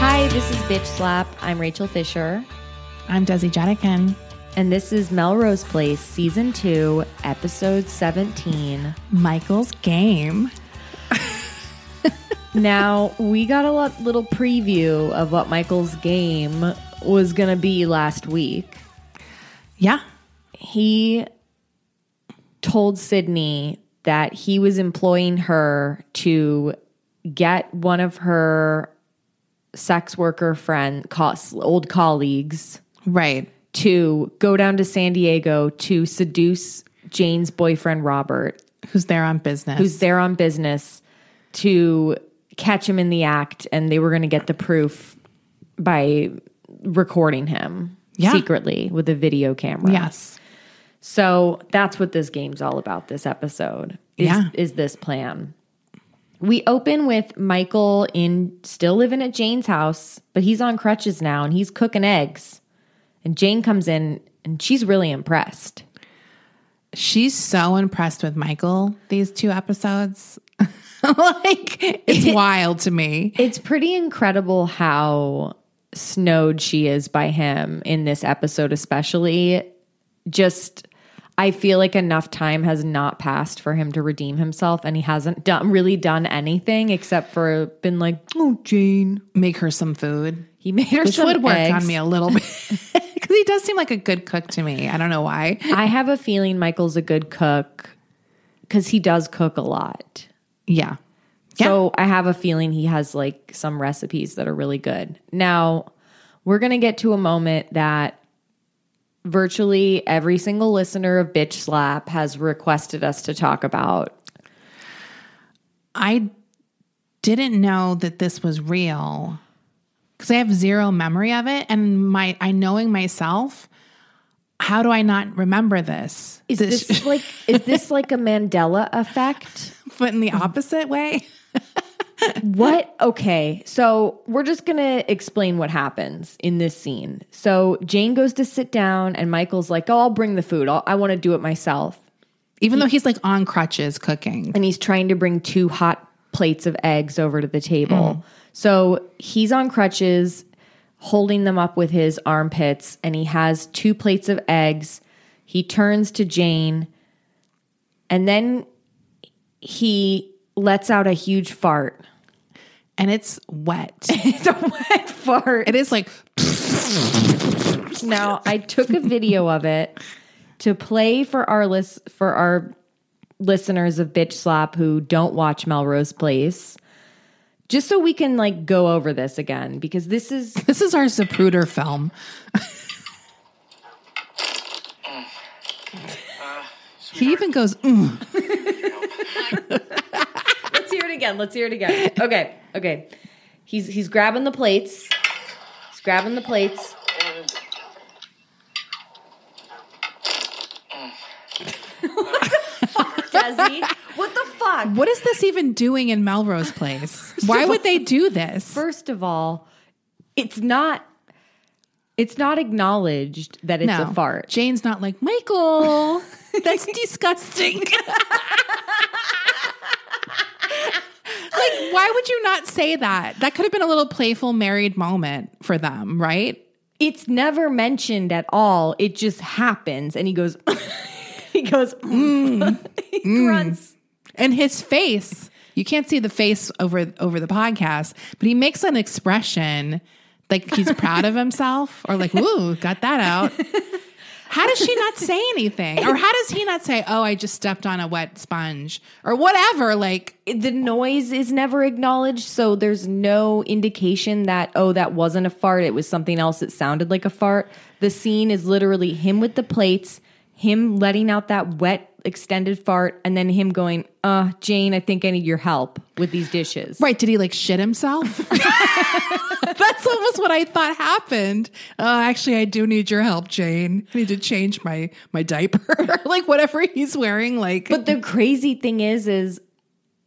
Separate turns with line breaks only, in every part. Hi, this is Bitch Slap. I'm Rachel Fisher,
I'm Desi Jadakin.
and this is Melrose Place, Season 2, Episode 17.
Michael's game.
now, we got a lot, little preview of what Michael's game was going to be last week.
Yeah.
He told Sydney that he was employing her to get one of her sex worker friend, co- old colleagues
Right.
to go down to San Diego to seduce Jane's boyfriend, Robert,
Who's there on business?
who's there on business to catch him in the act. And they were going to get the proof by recording him
Yeah.
secretly with a video camera.
Yes.
So that's what this game's all about this episode. Is,
Yeah.
Is this plan? We open with Michael in still living at Jane's house, but he's on crutches now and he's cooking eggs. And Jane comes in and she's really impressed.
She's so impressed with Michael these two episodes. like it's wild to me.
It's pretty incredible how snowed she is by him in this episode, especially. Just, I feel like enough time has not passed for him to redeem himself, and he hasn't done really done anything except for been like,
Oh, Jane, make her some food.
He made her
Which
some
would work
eggs.
on me a little bit. Because he does seem like a good cook to me. I don't know why.
I have a feeling Michael's a good cook because he does cook a lot.
Yeah. Yeah.
So I have a feeling he has like some recipes that are really good. Now we're gonna get to a moment that virtually every single listener of Bitch Slap has requested us to talk about.
I didn't know that this was real because I have zero memory of it, and my I knowing myself, how do I not remember this?
Is this like is this like a Mandela effect?
but in the opposite way?
What? Okay. So we're just going to explain what happens in this scene. So Jane goes to sit down, and Michael's like, Oh, I'll bring the food. I'll, I want to do it myself.
Even though he's like on crutches cooking,
And he's trying to bring two hot plates of eggs over to the table. So he's on crutches, holding them up with his armpits, and he has two plates of eggs. He turns to Jane, and then he lets out a huge fart.
and it's wet.
It's a wet fart.
it is like
Now I took a video of it to play for our list for our listeners of Bitch Slap who don't watch Melrose Place. Just so we can like go over this again because this is
this is our Zapruder film. he even goes, "Mm."
let's hear it again. Let's hear it again. Okay. Okay. He's he's grabbing the plates. He's grabbing the plates. Desi, what the fuck?
"What is this even doing in Melrose Place? Why would they do this?"
first of all, it's not it's not acknowledged that it's a fart.
Jane's not like Michael. That's disgusting. like, why would you not say that? That could have been a little playful married moment for them, right?
It's never mentioned at all. It just happens and he goes he goes mm. he grunts.
And his face You can't see the face over over the podcast, but he makes an expression like he's proud of himself or like, "Ooh, got that out." How does she not say anything? Or how does he not say, "Oh, I just stepped on a wet sponge" or whatever like
the noise is never acknowledged so there's no indication that oh that wasn't a fart it was something else that sounded like a fart the scene is literally him with the plates him letting out that wet extended fart and then him going uh jane i think i need your help with these dishes
Right. Did he like shit himself? That's almost what I thought happened. Oh, actually, I do need your help, Jane. I need to change my my diaper, like whatever he's wearing. Like,
But the crazy thing is, is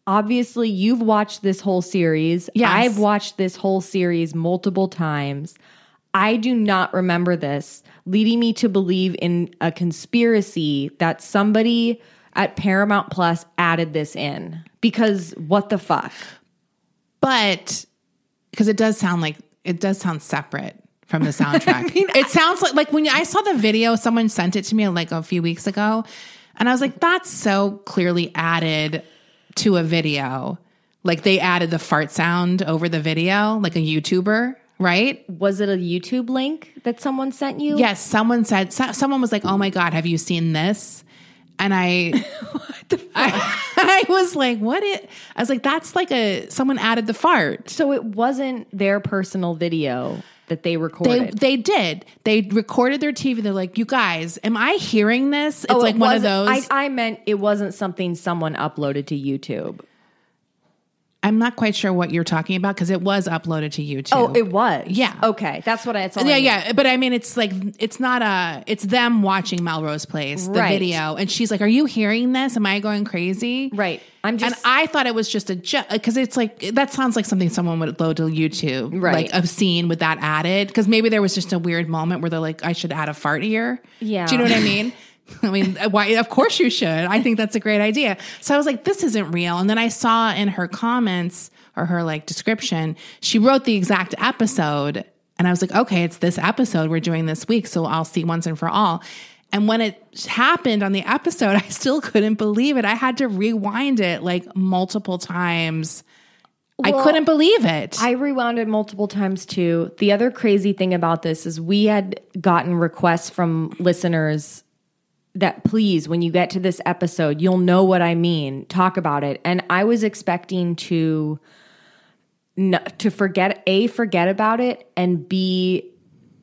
obviously you've watched this whole series.
Yes.
I've watched this whole series multiple times. I do not remember this, leading me to believe in a conspiracy that somebody at Paramount Plus added this in. Because what the fuck?
but because it does sound like it does sound separate from the soundtrack. it sounds like like when I saw the video, someone sent it to me like a few weeks ago, and I was like, that's so clearly added to a video. Like they added the fart sound over the video, like a YouTuber, right?
Was it a YouTube link that someone sent you?
Yes, someone said so, someone was like, "Oh my god, have you seen this?" And I, I, I was like, "What?" It? I was like, "That's like a someone added the fart."
So it wasn't their personal video that they
They
recorded.
they did. They recorded their TV. They're like, "You guys, am I hearing this?" It's like
Oh, it
one of
wasn't-
those. I,
I, I meant it wasn't something someone uploaded to YouTube.
am not quite sure what you're talking about because it was uploaded to YouTube.
Oh, it was.
Yeah.
Okay. That's what I. That's all
yeah,
I
yeah, but I mean, it's like it's not a. It's them watching Melrose Place, the
Right.
video, and she's like, "Are you hearing this? Am I going crazy?"
knew. Right. I'm just.
and I thought it was just a joke because it's like that sounds like something someone would load to YouTube,
Right.
Like a scene with that added because maybe there was just a weird moment where they're like, "I should add a fart here."
Yeah.
do you know what I mean? I mean, uh, why? Of course you should. I think that's a great idea. So I was like, "This isn't real." And then I saw in her comments or her like description, she wrote the exact episode, and I was like, "Okay, it's this episode we're doing this week, so I'll see once and for all." And when it happened on the episode, I still couldn't believe it. I had to rewind it like multiple times. I
Well,
couldn't believe it.
I rewound it multiple times too. The other crazy thing about this is we had gotten requests from listeners that please, when you get to this episode, you'll know what I mean. Talk about it. And I was expecting to n- to forget a forget about it and b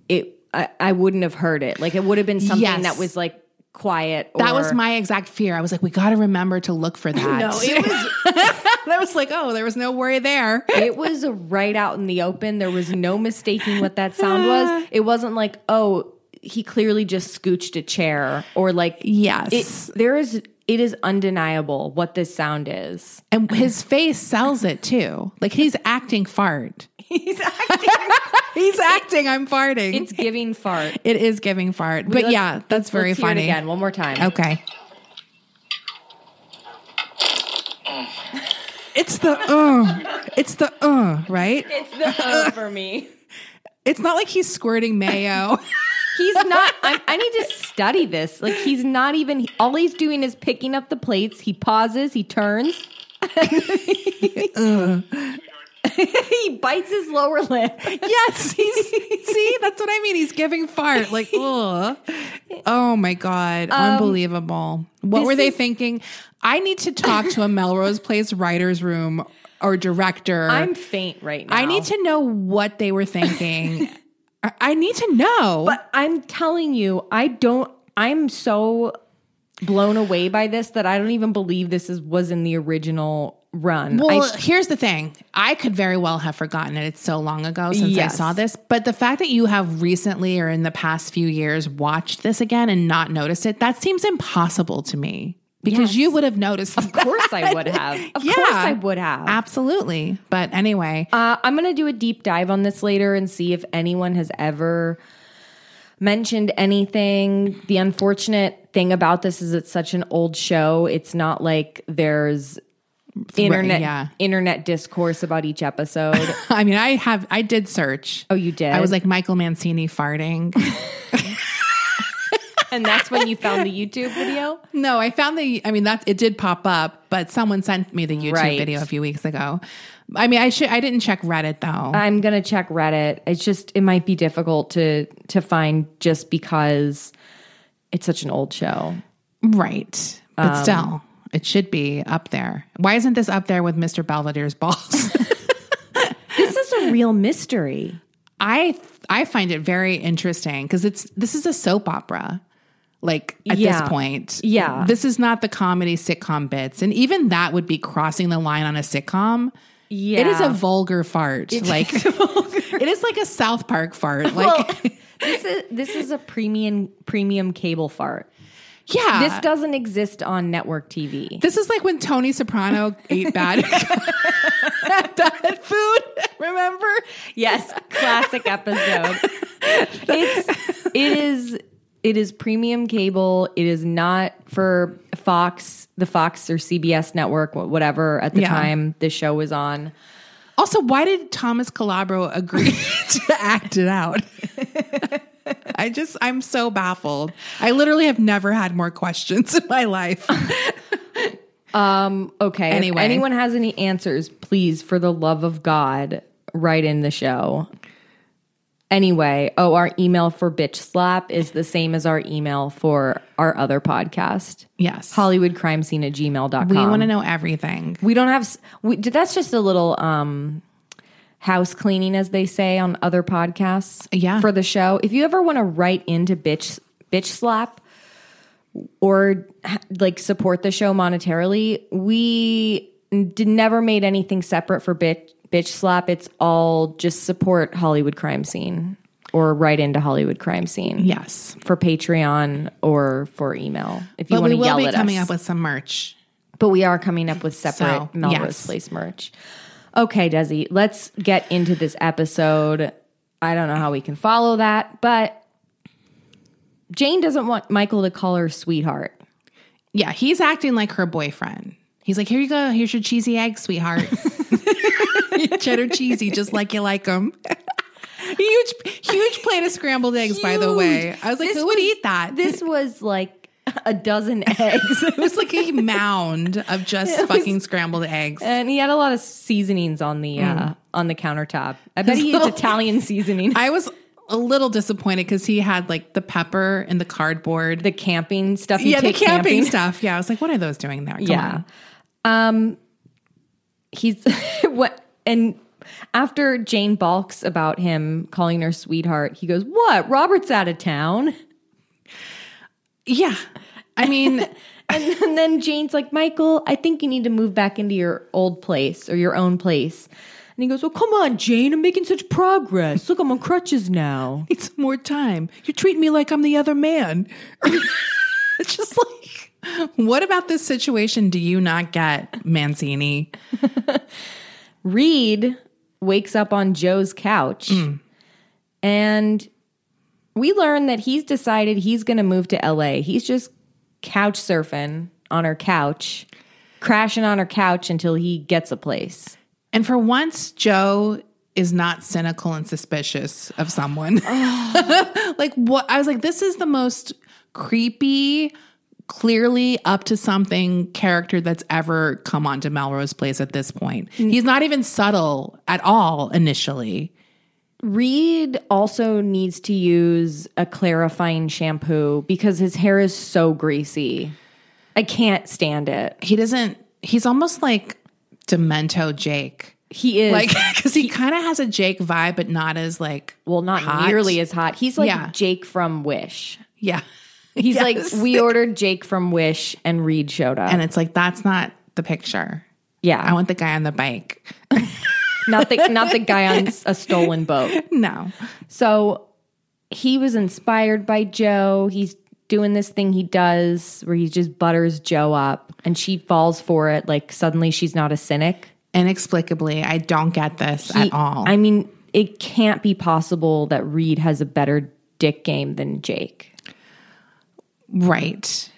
it I, I wouldn't have heard it. Like it would have been something
Yes.
that was like quiet. Or,
that was my exact fear. I was like, we got to remember to look for that.
No, it was
And I was like, oh, there was no worry there.
it was right out in the open. There was no mistaking what that sound was. It wasn't like, oh, he clearly just scooched a chair or like
Yes.
It, there is it is undeniable what this sound is.
And his face sells it too. Like he's acting fart.
He's acting
He's acting. I'm farting.
it's giving fart.
it is giving fart. But
Let's-
yeah,
let's-
that's very
let's hear it
funny.
again, one more time.
Okay. It's the uh. It's the uh, right?
It's the uh for me.
It's not like he's squirting mayo.
He's not. I, I need to study this. Like he's not even. All he's doing is picking up the plates. He pauses. He turns. he bites his lower lip.
yes, he's see, that's what I mean. He's giving fart. Like, ugh. Oh my God.
Um,
Unbelievable. What were they thinking? I need to talk to a Melrose Place writer's room or director.
I'm faint right now.
I need to know what they were thinking. I- I need to know.
But I'm telling you, I don't. I'm so blown away by this that I don't even believe this is was in the original run.
Well,
I,
here's the thing. I could very well have forgotten it. It's so long ago since
Yes.
I saw this. But the fact that you have recently or in the past few years watched this again and not noticed it, that seems impossible to me because you would have noticed. Of
of course, I would have. Of course, I would have.
Absolutely. But anyway,
Uh, I'm going to do a deep dive on this later and see if anyone has ever mentioned anything. The unfortunate thing about this is it's such an old show. It's not like there's internet
yeah.
internet discourse about each episode.
I mean, I have, I did search.
oh, you did.
I was like Michael Mancini farting.
and that's when you found the YouTube video.
No, I found the. I mean, that it did pop up, but someone sent me the YouTube
Right.
video a few weeks ago. I mean, I should. I didn't check Reddit though.
I'm gonna check Reddit. It's just it might be difficult to to find just because it's such an old show.
right, but
Um,
still, it should be up there. Why isn't this up there with Mr. Belvedere's balls?
This is a real mystery.
I I find it very interesting because it's this is a soap opera. Like at
Yeah.
this point,
Yeah.
this is not the comedy sitcom bits, and even that would be crossing the line on a sitcom.
Yeah,
It is a vulgar fart. like it is like a South Park fart. Like
this is this is a premium premium cable fart.
yeah.
This doesn't exist on network TV.
This is like when Tony Soprano ate bad, bad food. Remember?
Yes, classic episode. It's it is it is premium cable. It is not for Fox, the Fox or CBS network, wh- whatever at the
Yeah.
time the show was on.
Also, why did Thomas Calabro agree to act it out? I just, I'm so baffled. I literally have never had more questions in my life.
Okay. if
Anyway.
anyone has any answers, please, for the love of God, write in the show. Anyway, oh, our email for bitch slap is the same as our email for our other podcast,
Yes.
Hollywood Crime Scene at gmail.com.
we want to know everything.
We don't have. s- We, that's just a little um, house cleaning, as they say on other podcasts.
Yeah.
For the show, if you ever want to write into bitch bitch slap or h- like support the show monetarily, we did never made anything separate for bitch bitch slap. It's all just support Hollywood crime scene or write into Hollywood crime scene.
Yes.
For Patreon or for email, if you
But
want
we
to
will
yell
be
at
coming
us.
up with some merch.
But we are coming up with separate
So,
Melrose
yes.
Place merch. Okay, Desi, let's get into this episode. I don't know how we can follow that, but Jane doesn't want Michael to call her sweetheart.
Yeah. He's acting like her boyfriend. He's like, here you go. Here's your cheesy egg, sweetheart. Cheddar cheesy, just like you like them. huge, huge plate of scrambled eggs, by the way. I was like, who would eat that?
This was like a dozen eggs,
It was like a mound of just fucking scrambled eggs.
and he had a lot of seasonings on the uh, on the countertop. I bet he used Italian seasoning,
Mm. I was a little disappointed because he had like the pepper and the cardboard.
the camping stuff. You
yeah, the
take
camping, stuff. Yeah, I was like, what are those doing there? Come
yeah.
on.
Um, he's what and after Jane balks about him calling her sweetheart, he goes, "What? Robert's out of town."
yeah. I mean,
And, and then Jane's like, "Michael, I think you need to move back into your old place or your own place." And he goes, "Well, come on, Jane, I'm making such progress. Look, I'm on crutches now."
it's more time. You're treating me like I'm the other man. it's just like, what about this situation do you not get, Mancini?
Reed wakes up on Joe's couch and we learn that he's decided he's going to move to LA. He's just couch surfing on her couch, crashing on her couch until he gets a place.
And for once, Joe is not cynical and suspicious of someone. like what I was like, this is the most creepy, clearly up to something character that's ever come onto Melrose Place at this point. He's not even subtle at all initially.
Reed also needs to use a clarifying shampoo because his hair is so greasy. I can't stand it.
He doesn't he's almost like Demento Jake.
He is
Like cuz he kind of has a Jake vibe but not as like
well, not
hot.
nearly as hot. He's like
Yeah.
Jake from Wish.
yeah.
He's
Yes.
like, we ordered Jake from Wish, and Reed showed up.
and it's like that's not the picture.
yeah,
I want the guy on the bike.
not the not the guy on s- a stolen boat.
No.
So he was inspired by Joe. He's doing this thing he does where he just butters Joe up, and she falls for it. Like suddenly, she's not a cynic
Inexplicably, I don't get this
He-
at all.
I mean, it can't be possible that Reed has a better dick game than Jake.
right.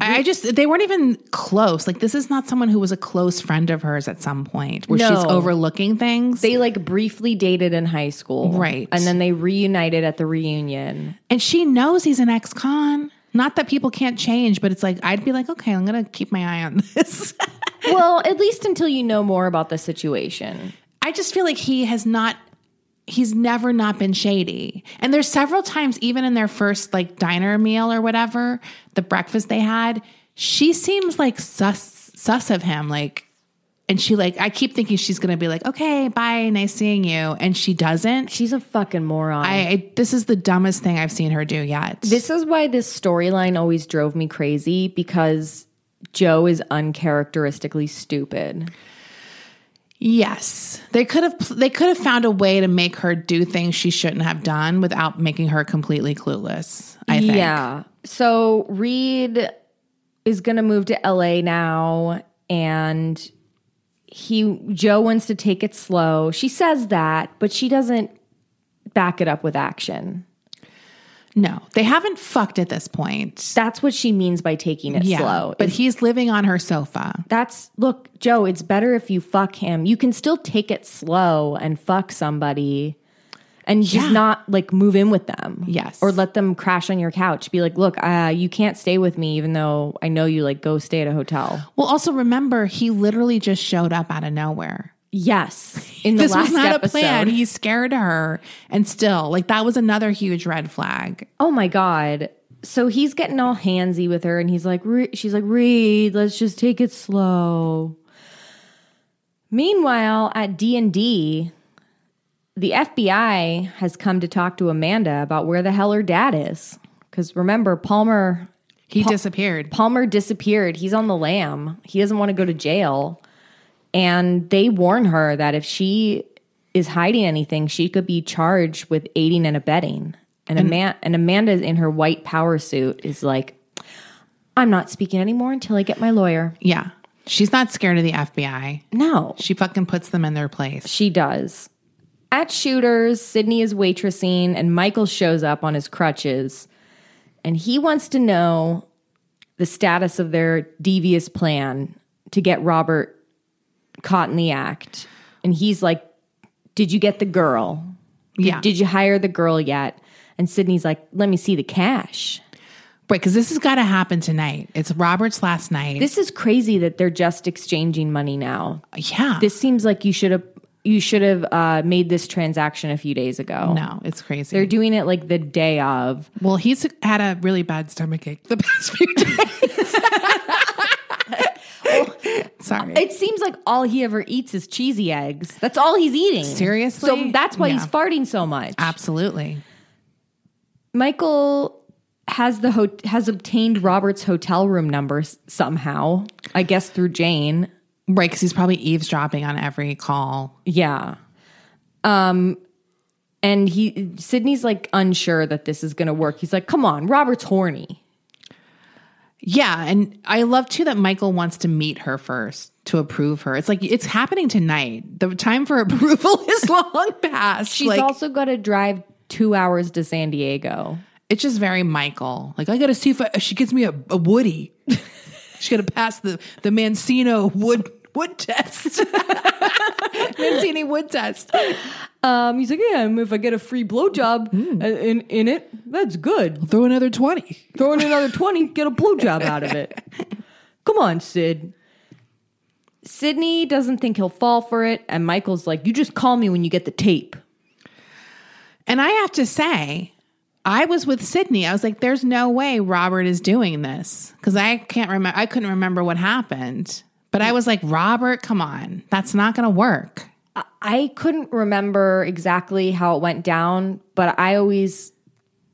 I I just they weren't even close. Like this is not someone who was a close friend of hers at some point where she's
No.
overlooking things.
They like briefly dated in high school.
Right.
And then they reunited at the reunion.
and she knows he's an ex-con. Not that people can't change, but it's like I'd be like, okay, I'm gonna keep my eye on this.
Well, at least until you know more about the situation.
I just feel like he has not he's never not been shady. And there's several times even in their first like diner meal or whatever, the breakfast they had, she seems like sus sus of him like and she like I keep thinking she's going to be like, "Okay, bye, nice seeing you." And she doesn't. She,
She's a fucking moron.
I, I this is the dumbest thing I've seen her do yet.
This is why this storyline always drove me crazy because Joe is uncharacteristically stupid.
Yes, they could have. pl- They could have found a way to make her do things she shouldn't have done without making her completely clueless. I think.
Yeah. So Reed is going to move to LA now and he Joe wants to take it slow. She says that, but she doesn't back it up with action.
No, they haven't fucked at this point.
That's what she means by taking it
yeah,
slow.
but he's living on her sofa.
that's look, Joe, it's better if you fuck him. You can still take it slow and fuck somebody and
Yeah.
just not like move in with them.
Yes.
Or let them crash on your couch. Be like, look, uh, you can't stay with me, even though I know you like go stay at a hotel.
Well, also remember, he literally just showed up out of nowhere.
Yes. In the
this
last
was not
episode.
a plan. He scared her, and still, like that was another huge red flag.
Oh my god. So he's getting all handsy with her, and he's like, "Re-" she's like, Reed, let's just take it slow. Meanwhile, at D and D, the FBI has come to talk to Amanda about where the hell her dad is. Because remember, Palmer
He disappeared.
Palmer disappeared. He's on the lam. He doesn't want to go to jail. And they warn her that if she is hiding anything, she could be charged with aiding and abetting. And, Ama- and Amanda in her white power suit is like, I'm not speaking anymore until I get my lawyer.
yeah, she's not scared of the FBI.
No.
She fucking puts them in their place.
She does. At Shooters, Sydney is waitressing and Michael shows up on his crutches and he wants to know the status of their devious plan to get Robert caught in the act. And he's like, Did you get the girl?
Yeah,
Did you hire the girl yet? And Sydney's like, Let me see the cash.
Right, because this has got to happen tonight. It's Robert's last night.
This is crazy that they're just exchanging money now.
yeah.
This seems like you should have you should have uh, made this transaction a few days ago.
no, it's crazy.
They're doing it like the day of.
well, he's had a really bad stomach ache the past few days. Sorry.
It seems like all he ever eats is cheesy eggs. That's all he's eating.
Seriously?
So that's why he's
Yeah.
farting so much.
Absolutely.
Michael has the ho- has obtained Robert's hotel room number s- somehow. I guess through Jane.
Right, because he's probably eavesdropping on every call.
Yeah. Um and he Sydney's like unsure that this is going to work. He's like, "Come on, Robert's horny."
Yeah, and I love too that Michael wants to meet her first to approve her. It's like it's happening tonight. The time for approval is long past.
She's
like,
also got to drive 2 hours to San Diego.
it's just very Michael. Like I got to see if, I, if she gets me a, a Woody. She's got to pass the the Mancino wood wood test. Mancini wood test.
Um, he's like, yeah, um, if I get a free blowjob uh, in in it, that's good.
Throw another twenty.
Throw in another twenty, get a blowjob out of it. Come on, Sid. Sydney doesn't think he'll fall for it, and Michael's like, you just call me when you get the tape.
And I have to say, I was with Sydney. I was like, "There's no way Robert is doing this," because I can't remember. I couldn't remember what happened. But I was like, "Robert, come on, that's not going to work."
I couldn't remember exactly how it went down, but I always,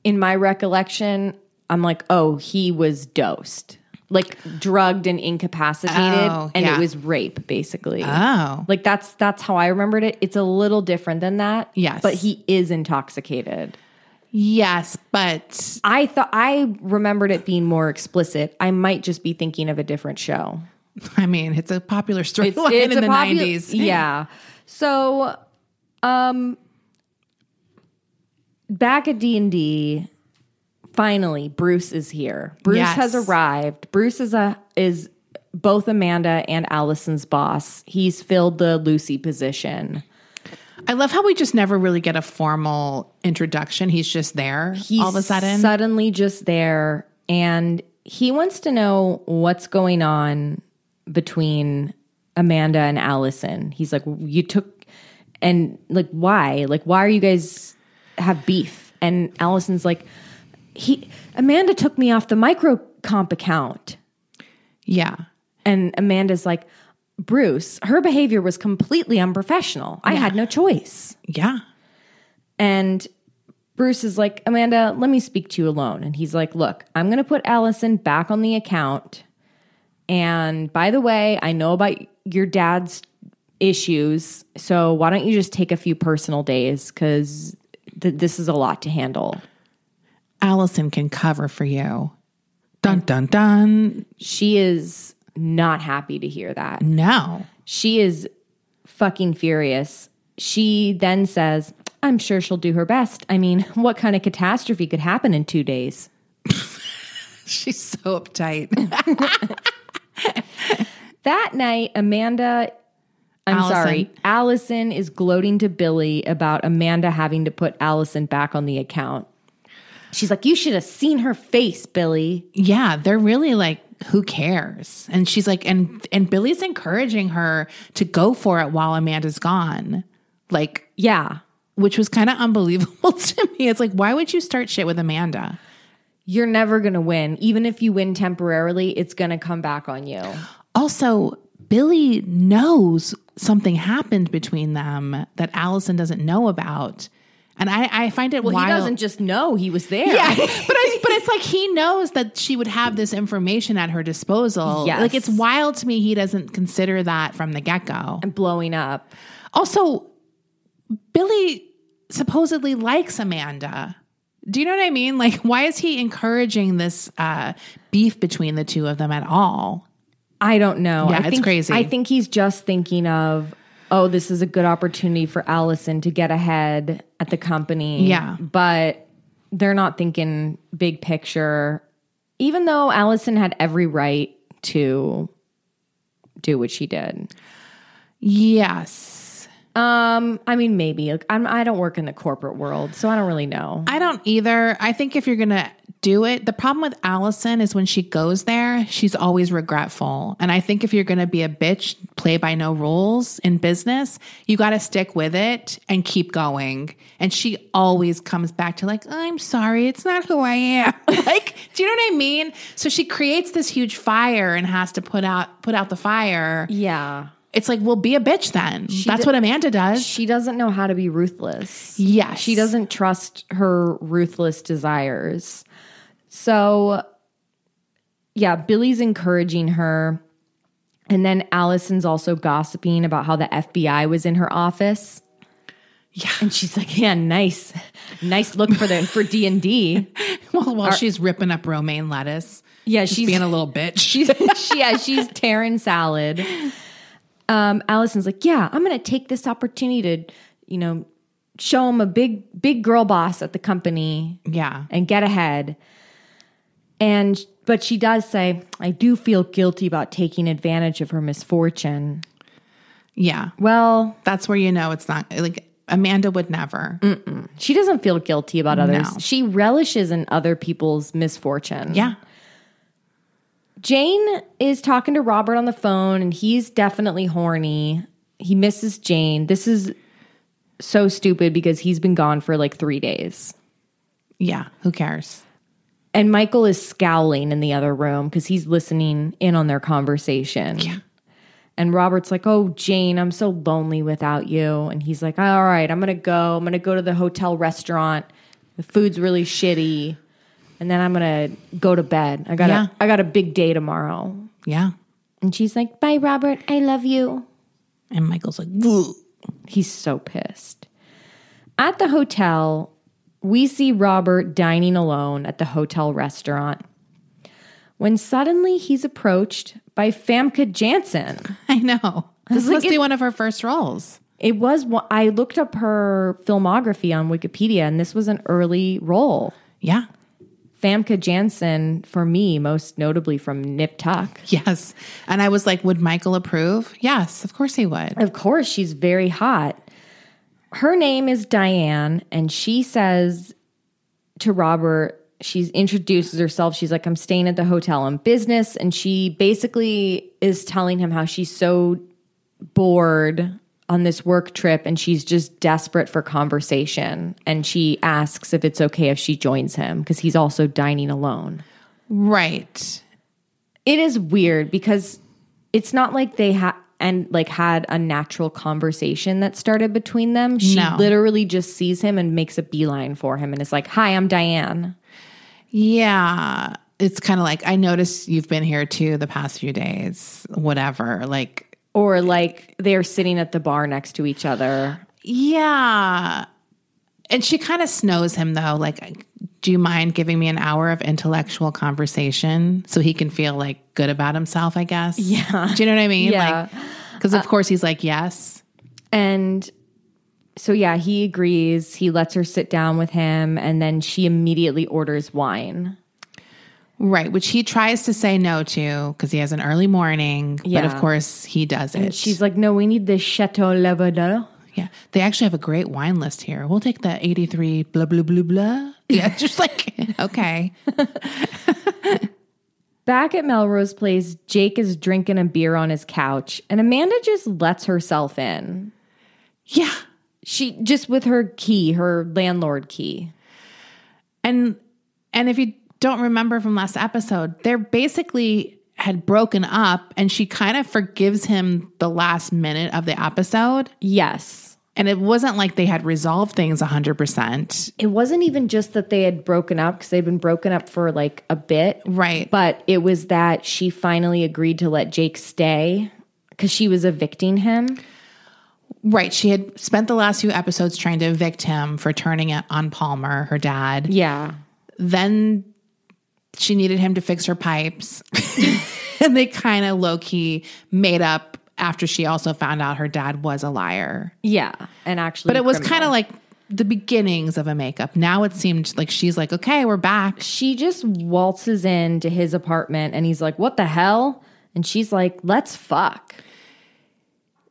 in my recollection, I'm like, oh, he was dosed, like drugged and incapacitated,
Oh,
and
yeah.
it was rape, basically.
Oh,
Like that's that's how I remembered it. It's a little different than that.
Yes.
But he is intoxicated.
yes, but
I thought I remembered it being more explicit. I might just be thinking of a different show.
I mean, it's a popular storyline in
a
the
popu-
'90s.
Yeah. So um back at D&D finally Bruce is here. Bruce
Yes.
has arrived. Bruce is a is both Amanda and Allison's boss. He's filled the Lucy position.
I love how we just never really get a formal introduction. He's just there
He's
all of a sudden.
suddenly just there and he wants to know what's going on between Amanda and Allison. He's like you took and like why? Like why are you guys have beef? And Allison's like he Amanda took me off the microcomp account.
yeah.
And Amanda's like, Bruce, her behavior was completely unprofessional. I had no choice.
Yeah.
And Bruce is like, Amanda, let me speak to you alone. And he's like, Look, I'm going to put Allison back on the account. And by the way, I know about your dad's issues. So why don't you just take a few personal days? Because th- this is a lot to handle.
Allison can cover for you. Dun dun dun.
She is not happy to hear that.
No.
She is fucking furious. She then says, I'm sure she'll do her best. I mean, what kind of catastrophe could happen in two days?
She's so uptight.
That night, Amanda, I'm
Allison.
sorry, Allison is gloating to Billy about Amanda having to put Allison back on the account. She's like, You should have seen her face, Billy.
yeah, they're really like who cares? And she's like and and Billy's encouraging her to go for it while Amanda's gone. Like
Yeah.
which was kind of unbelievable to me. It's like why would you start shit with Amanda?
You're never going to win. Even if you win temporarily, it's going to come back on you.
Also, Billy knows something happened between them that Allison doesn't know about. And I, I find it
Well,
wild.
he doesn't just know he was there.
Yeah, but I, but it's like he knows that she would have this information at her disposal.
Yes.
like it's wild to me he doesn't consider that from the get go.
And blowing up.
Also, Billy supposedly likes Amanda. Do you know what I mean? Like, why is he encouraging this uh, beef between the two of them at all?
I don't know.
Yeah,
I
it's
think,
crazy.
I think he's just thinking of, oh, this is a good opportunity for Allison to get ahead at the company.
Yeah.
But they're not thinking big picture, even though Allison had every right to do what she did.
Yes,
Um, I mean, maybe. Like, I'm, I don't work in the corporate world, so I don't really know.
I don't either. I think if you're gonna do it, the problem with Allison is when she goes there, she's always regretful. And I think if you're gonna be a bitch, play by no rules in business, you gotta stick with it and keep going. And she always comes back to like, I'm sorry, it's not who I am. like, do you know what I mean? So she creates this huge fire and has to put out put out the fire.
Yeah.
It's like, well, be a bitch then. That's what Amanda does.
She doesn't know how to be ruthless.
yes,
She doesn't trust her ruthless desires. So, yeah, Billy's encouraging her. And then Allison's also gossiping about how the FBI was in her office. Yeah. And she's like, yeah, nice. Nice look for the for D and D.
Well, while she's ripping up romaine lettuce.
Yeah,
She's
she's
being a little bitch.
she's she, yeah, she's tearing salad. Um, Allison's like, yeah, I'm gonna take this opportunity to, you know, show him a big big girl boss at the company.
yeah.
and get ahead. And but she does say, I do feel guilty about taking advantage of her misfortune.
Yeah.
Well,
That's where you know it's not like Amanda would never.
she doesn't feel guilty about others.
No.
She relishes in other people's misfortune.
Yeah.
Jane is talking to Robert on the phone and he's definitely horny. He misses Jane. This is so stupid because he's been gone for like 3 days.
Yeah. Who cares?
And Michael is scowling in the other room because he's listening in on their conversation.
Yeah.
And Robert's like, Oh, Jane, I'm so lonely without you. And he's like, All right, I'm going to go. I'm going to go to the hotel restaurant. The food's really shitty. And then I'm going to go to bed. I got,
Yeah.
a, I got a big day tomorrow.
Yeah.
And she's like, Bye, Robert. I love you.
And Michael's like, "Woo."
He's so pissed. At the hotel, we see Robert dining alone at the hotel restaurant when suddenly he's approached by Famke Janssen.
I know. This
like
must
it-
be one of her first roles.
It was one- I looked up her filmography on Wikipedia and this was an early role.
Yeah.
Famke Janssen for me, most notably from Nip Tuck.
Yes. And I was like, would Michael approve? Yes, of course he would.
Of course, she's very hot. Her name is Diane, and she says to Robert, she introduces herself. She's like, I'm staying at the hotel on business. And she basically is telling him how she's so bored on this work trip and she's just desperate for conversation. And she asks if it's okay if she joins him because he's also dining alone.
Right.
It is weird because it's not like they had and like had a natural conversation that started between them. She
No.
literally just sees him and makes a beeline for him and is like, "Hi, I'm Diane."
Yeah. It's kind of like, I noticed you've been here too the past few days, whatever. Like,
Or like they're sitting at the bar next to each other.
yeah. And she kind of snows him though. Like, do you mind giving me an hour of intellectual conversation so he can feel like good about himself, I guess? Yeah. Do you know what I mean?
Yeah. Uh,
Because, of course, he's like, yes.
And so yeah, he agrees. He lets her sit down with him and then she immediately orders wine.
Right, which he tries to say no to because he has an early morning, but
Yeah.
of course he does it.
She's like, "No, we need the Chateau Lavador."
yeah, they actually have a great wine list here. We'll take the eighty-three blah blah blah blah. Yeah, it's just like okay,
Back at Melrose Place, Jake is drinking a beer on his couch, and Amanda just lets herself in.
yeah,
She just with her key, her landlord key.
and and if you don't remember from last episode, they're basically had broken up, and she kind of forgives him the last minute of the episode,
Yes.
and it wasn't like they had resolved things hundred percent,
It wasn't even just that they had broken up because they'd been broken up for like a bit,
right?
but it was that she finally agreed to let Jake stay because she was evicting him.
Right. She had spent the last few episodes trying to evict him for turning it on Palmer, her dad.
Yeah.
Then she needed him to fix her pipes. and they kind of low key made up after she also found out her dad was a liar.
Yeah. And actually,
But it was
criminal.
kind of like the beginnings of a makeup. Now it seemed like she's like, okay, we're back.
she just waltzes into his apartment and he's like, What the hell? And she's like, Let's fuck.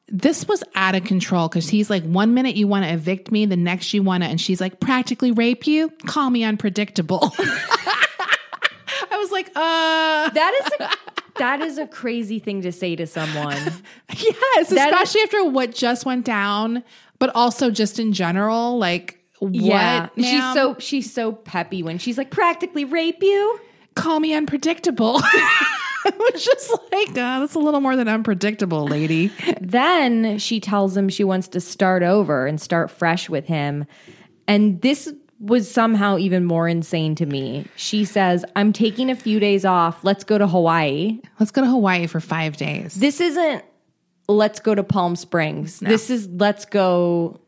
This was out of control because he's like, one minute you want to evict me, the next you want to, and she's like, practically rape you? Call me unpredictable. I was like, uh,
That is a, that is a crazy thing to say to someone. That
Yes,
is-
especially after what just went down, but also just in general, like what?
yeah, she's
ma'am?
so she's so peppy when she's like practically rape you.
call me unpredictable. I was just like, uh, that's a little more than unpredictable, lady.
Then she tells him she wants to start over and start fresh with him, and this was somehow even more insane to me. She says, "I'm taking a few days off. Let's go to Hawaii."
Let's go to Hawaii for five days.
This isn't let's go to Palm Springs. This is let's go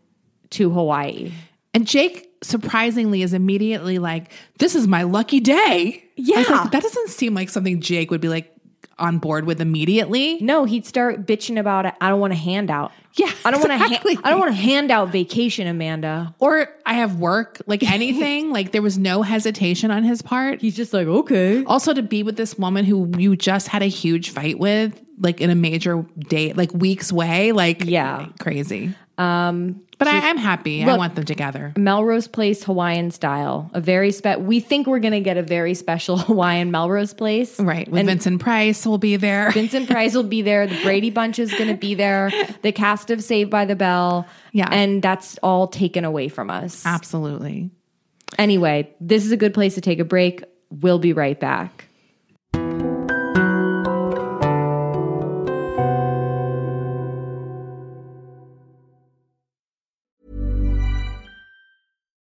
to Hawaii.
And Jake surprisingly is immediately like, this is my lucky day. Yeah. that doesn't seem like something Jake would be like on board with immediately.
No, he'd start bitching about it. I don't want a handout.
Yeah,
I don't
exactly.
want to. I don't want a handout vacation, Amanda.
Or I have work, like anything. like there was no hesitation on his part.
He's just like, okay.
also to be with this woman who you just had a huge fight with like in a major date like weeks way like
Yeah.
crazy um but I, i'm happy i want them together
Melrose Place Hawaiian style, a very spe. We think we're gonna get a very special Hawaiian Melrose Place.
right with vincent price will be there
Vincent Price will be there. The Brady Bunch is gonna be there. The cast of Saved by the Bell.
Yeah.
and that's all taken away from us.
absolutely
Anyway, this is a good place to take a break. We'll be right back.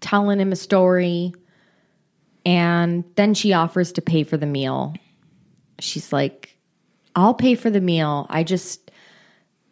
telling him a story. And then she offers to pay for the meal. She's like, I'll pay for the meal. I just,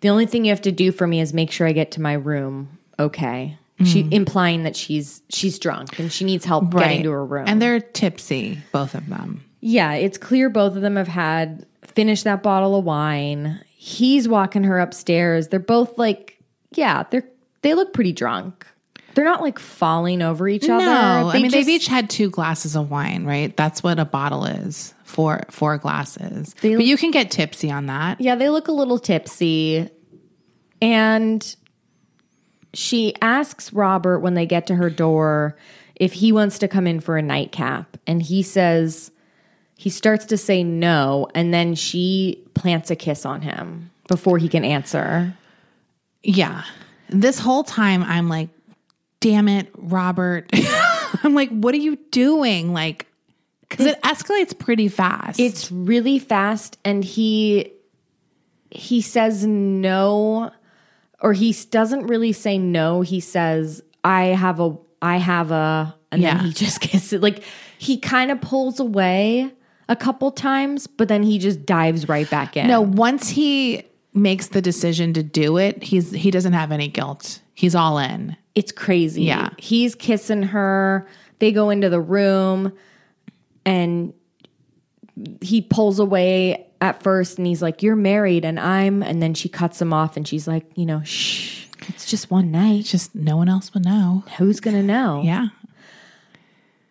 the only thing you have to do for me is make sure I get to my room. Okay.
Mm.
She implying that she's she's drunk and she needs help getting to her room.
And they're tipsy, both of them.
Yeah, it's clear both of them have had finished that bottle of wine. He's walking her upstairs. They're both like, yeah, they're they look pretty drunk. They're not like falling over each other.
No, I mean
just-
they've each had two glasses of wine, right? That's what a bottle is. Four four glasses. but you can get tipsy on that.
yeah, they look a little tipsy. And she asks Robert when they get to her door if he wants to come in for a nightcap, and he says he starts to say no, and then she plants a kiss on him before he can answer.
Yeah. This whole time I'm like, damn it, Robert. I'm like, what are you doing? Like, because it escalates pretty fast.
It's really fast, and he he says no, or he s- doesn't really say no. He says, "I have a, I have a," and
Yeah.
then he just kisses. Like he kind of pulls away a couple times, but then he just dives right back in.
no, once he makes the decision to do it, he's he doesn't have any guilt. He's all in.
It's crazy.
Yeah.
He's kissing her. They go into the room and he pulls away at first and he's like, You're married and I'm. And then she cuts him off and she's like, You know, shh, it's just one night.
Just no one else will know.
Who's going to know?
Yeah.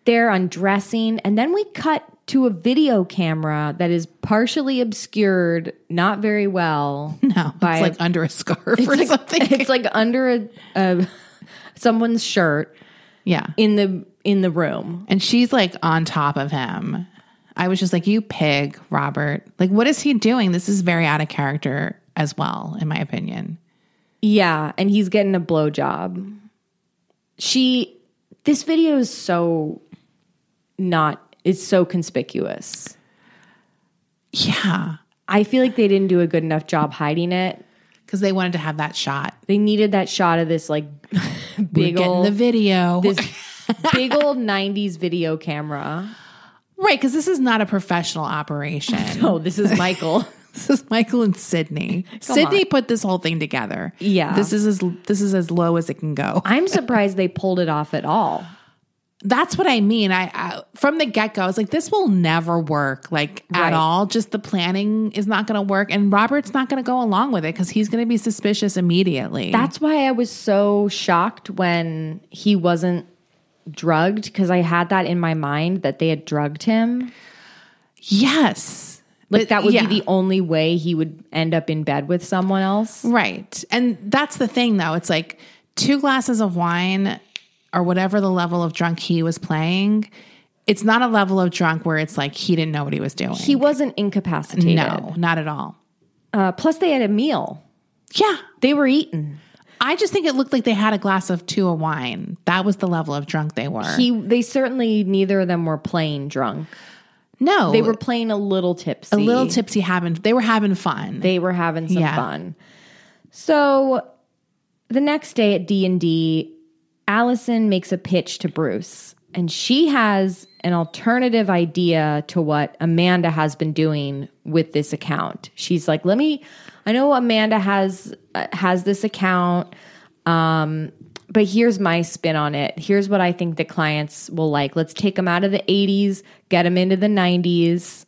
They're undressing. And then we cut to a video camera that is partially obscured, not very well.
No.
By-
Oh, it's like under a scarf or something.
It's like under a, a someone's shirt
yeah.
in the in the room.
And she's like on top of him. I was just like, you pig, Robert. Like, what is he doing? This is very out of character as well, in my opinion.
Yeah, and he's getting a blowjob. She, this video is so not, it's so conspicuous.
Yeah.
I feel like they didn't do a good enough job hiding it.
Because they wanted to have that shot.
They needed that shot of this like
We're
big
getting the
old,
video.
this big old 90s video camera.
right. Because this is not a professional operation.
Oh, this is Michael.
This is Michael and Sydney. Sydney put this whole thing together.
Yeah.
This is as this is as low as it can go.
I'm surprised they pulled it off at all.
That's what I mean. I, I from the get go, I was like, this will never work, like
Right.
at all. Just the planning is not going to work, and Robert's not going to go along with it because he's going to be suspicious immediately.
That's why I was so shocked when he wasn't drugged because I had that in my mind that they had drugged him.
yes,
Like
But-
that would
yeah.
be the only way he would end up in bed with someone else.
right. And that's the thing, though. It's like two glasses of wine or whatever the level of drunk he was playing. It's not a level of drunk where it's like he didn't know what he was doing.
He wasn't incapacitated.
no, not at all.
Uh, plus, they had a meal.
Yeah,
They were eating.
I just think it looked like they had a glass of two of wine. That was the level of drunk they were.
He. They certainly neither of them were playing drunk.
no,
They were playing Oh. a little tipsy.
a little tipsy having they were having fun
They were having some
Mm. Yeah.
fun. So, the next day at D and D, Allison makes a pitch to Bruce, and she has an alternative idea to what Amanda has been doing with this account. She's like, "Let me. I know Amanda has uh, has this account." Um, but here's my spin on it. Here's what I think the clients will like. Let's take them out of the 80s, get them into the 90s.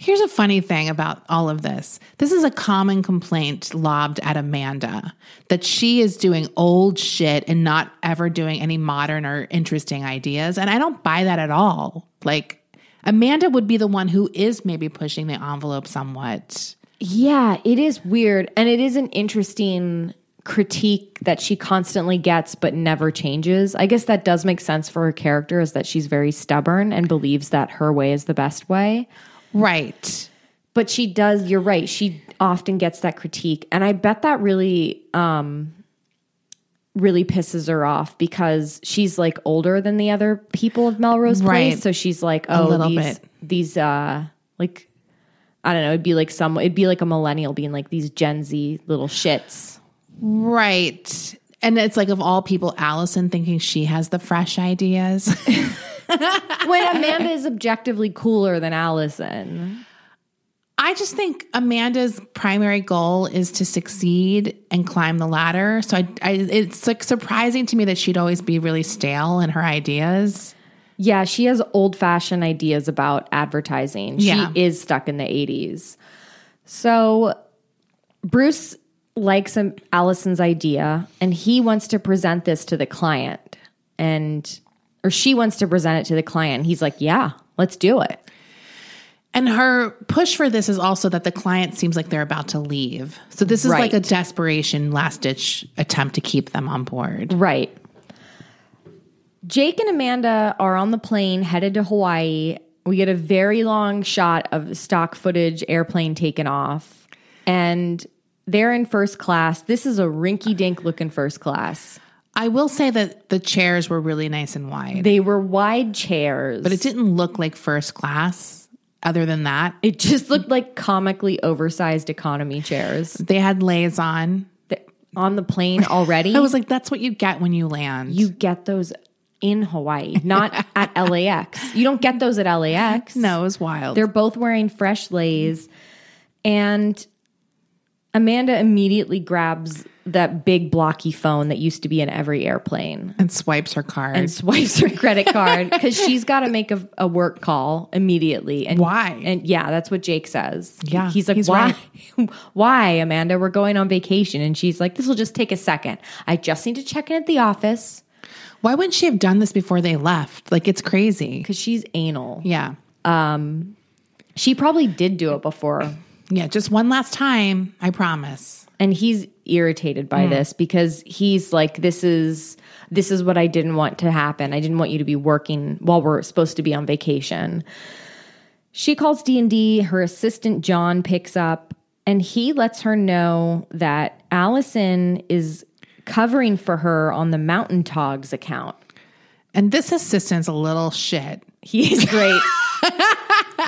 here's a funny thing about all of this this is a common complaint lobbed at amanda that she is doing old shit and not ever doing any modern or interesting ideas and i don't buy that at all like Amanda would be the one who is maybe pushing the envelope somewhat.
Yeah, it is weird. And it is an interesting critique that she constantly gets but never changes. I guess that does make sense for her character is that she's very stubborn and believes that her way is the best way.
Right.
But she does, you're right. She often gets that critique. And I bet that really um really pisses her off because she's like older than the other people of Melrose
Right.
Place. So she's like, oh,
little
these,
bit.
these uh like I don't know, it'd be like some it'd be like a millennial being like these Gen Z little shits.
Right. And it's like of all people, Allison thinking she has the fresh ideas.
when Amanda is objectively cooler than Allison.
I just think Amanda's primary goal is to succeed and climb the ladder. So I, I, it's like surprising to me that she'd always be really stale in her ideas.
Yeah, she has old fashioned ideas about advertising.
Yeah.
She is stuck in the 80s. So Bruce likes um, Allison's idea and he wants to present this to the client. And, or she wants to present it to the client. He's like, yeah, let's do it.
And her push for this is also that the client seems like they're about to leave. So this is like
Right.
a desperation, last ditch attempt to keep them on board.
Right. Jake and Amanda are on the plane headed to Hawaii. We get a very long shot of stock footage airplane taken off. And they're in first class. This is a rinky dink looking first class.
I will say that the chairs were really nice and wide,
They were wide chairs,
but it didn't look like first class. Other than that,
it just looked like comically oversized economy chairs
they had lays on.
They're on the plane already.
I was like, that's what you get when you land.
you get those in Hawaii, not at LAX. You don't get those at LAX.
no, it was wild.
They're both wearing fresh lays. And Amanda immediately grabs that big blocky phone that used to be in every airplane
and swipes her card.
and swipes her credit card because she's got to make a, a work call immediately. And
Why?
And yeah, that's what Jake says.
Yeah,
he's like,
he's
why? Why, Amanda? We're going on vacation, and she's like, this will just take a second. I just need to check in at the office
Why wouldn't she have done this before they left? Like it's crazy.
because she's anal.
Yeah.
She probably did do it before
Yeah, just one last time, I promise.
and he's irritated by this because he's like this is this is what i didn't want to happen i didn't want you to be working while we're supposed to be on vacation she calls d&d her assistant john picks up and he lets her know that allison is covering for her on the mountain togs account
And this assistant's a little shit.
He's great.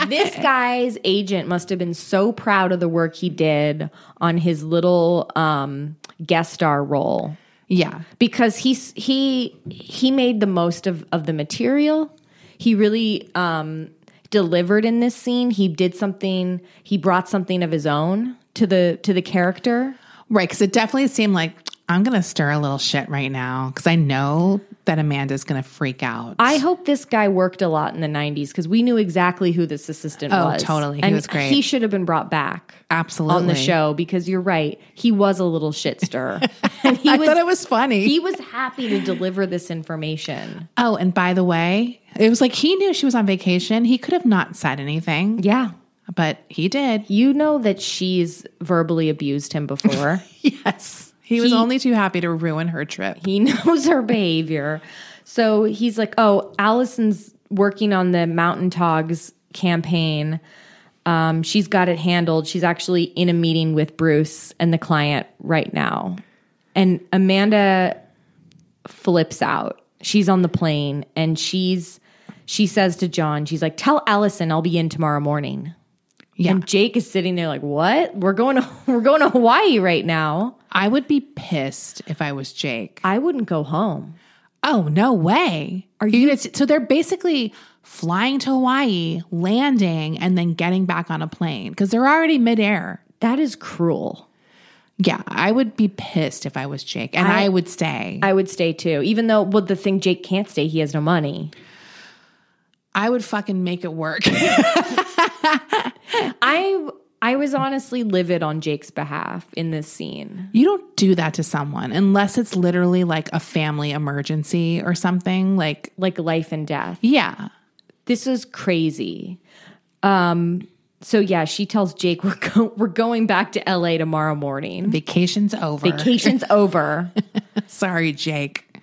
this guy's agent must have been so proud of the work he did on his little um, guest star role
Yeah.
because he's he he made the most of of the material. He really um, delivered in this scene. He did something. He brought something of his own to the to the character.
Right. Cause it definitely seemed like I'm going to stir a little shit right now. Cause I know that Amanda's going to freak out.
I hope this guy worked a lot in the '90s because we knew exactly who this assistant
Oh,
was.
totally. He
and
was great.
He should have been brought back.
Absolutely.
on the show because you're right. He was a little shit stirrer. And he
I thought it was funny.
He was happy to deliver this information.
oh, and by the way, it was like he knew she was on vacation. He could have not said anything,
Yeah.
but he did.
You know that she's verbally abused him before.
Yes. He was
He-
only too happy to ruin her trip.
he knows her behavior. So he's like, "Oh, Allison's working on the Mountain Togs campaign. Um, she's got it handled. She's actually in a meeting with Bruce and the client right now." And Amanda flips out. She's on the plane and she's she says to John, she's like, "Tell Allison I'll be in tomorrow morning."
Yeah.
And Jake is sitting there like, "What? We're going to we're going to Hawaii right now.
I would be pissed if I was Jake.
I wouldn't go home."
Oh, no way. Are you gonna, so they're basically flying to Hawaii, landing, and then getting back on a plane because they're already midair.
That is cruel.
Yeah, I would be pissed if I was Jake and I,
I-
would stay. I,
I would stay too, even though well, the thing Jake can't stay, he has no money.
would fucking make it work.
I I was honestly livid on Jake's behalf in this scene.
you don't do that to someone unless it's literally like a family emergency or something. Like,
Like life and death.
yeah.
This is crazy. Um, so yeah, she tells Jake we're go- we're going back to LA tomorrow morning.
Vacation's over.
Vacation's over.
Sorry, Jake.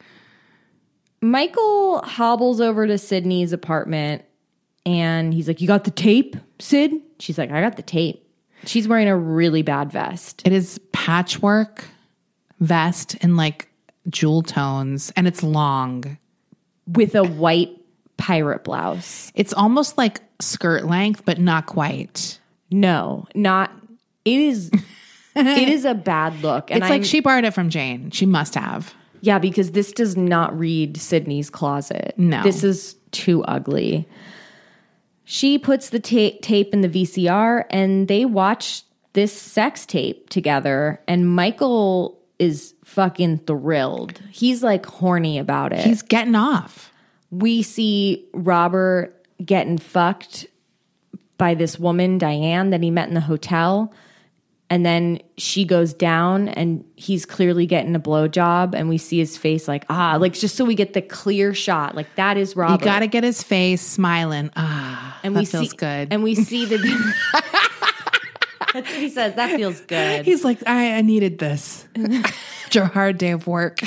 Michael hobbles over to Sydney's apartment and he's like, You got the tape, Sid? She's like, I got the tape. She's wearing a really bad vest.
It is patchwork vest in like jewel tones and it's long.
with a white pirate blouse.
It's almost like skirt length, but not quite.
No, not it is it is a bad look. And
it's
I'm-
like she borrowed it from Jane. She must have.
Yeah, because this does not read Sydney's closet.
No.
This is too ugly. She puts the ta- tape in the VCR and they watch this sex tape together. And Michael is fucking thrilled. He's like horny about it.
He's getting off.
we see Robert getting fucked by this woman, Diane, that he met in the hotel. And then she goes down and he's clearly getting a blowjob. And we see his face like, ah, like just so we get the clear shot. Like that is Robert.
You got to get his face smiling. Ah,
and
that
we
feels
see,
good.
And we see the. That's what he says. That feels good.
he's like, I, I needed this. Your hard day of work.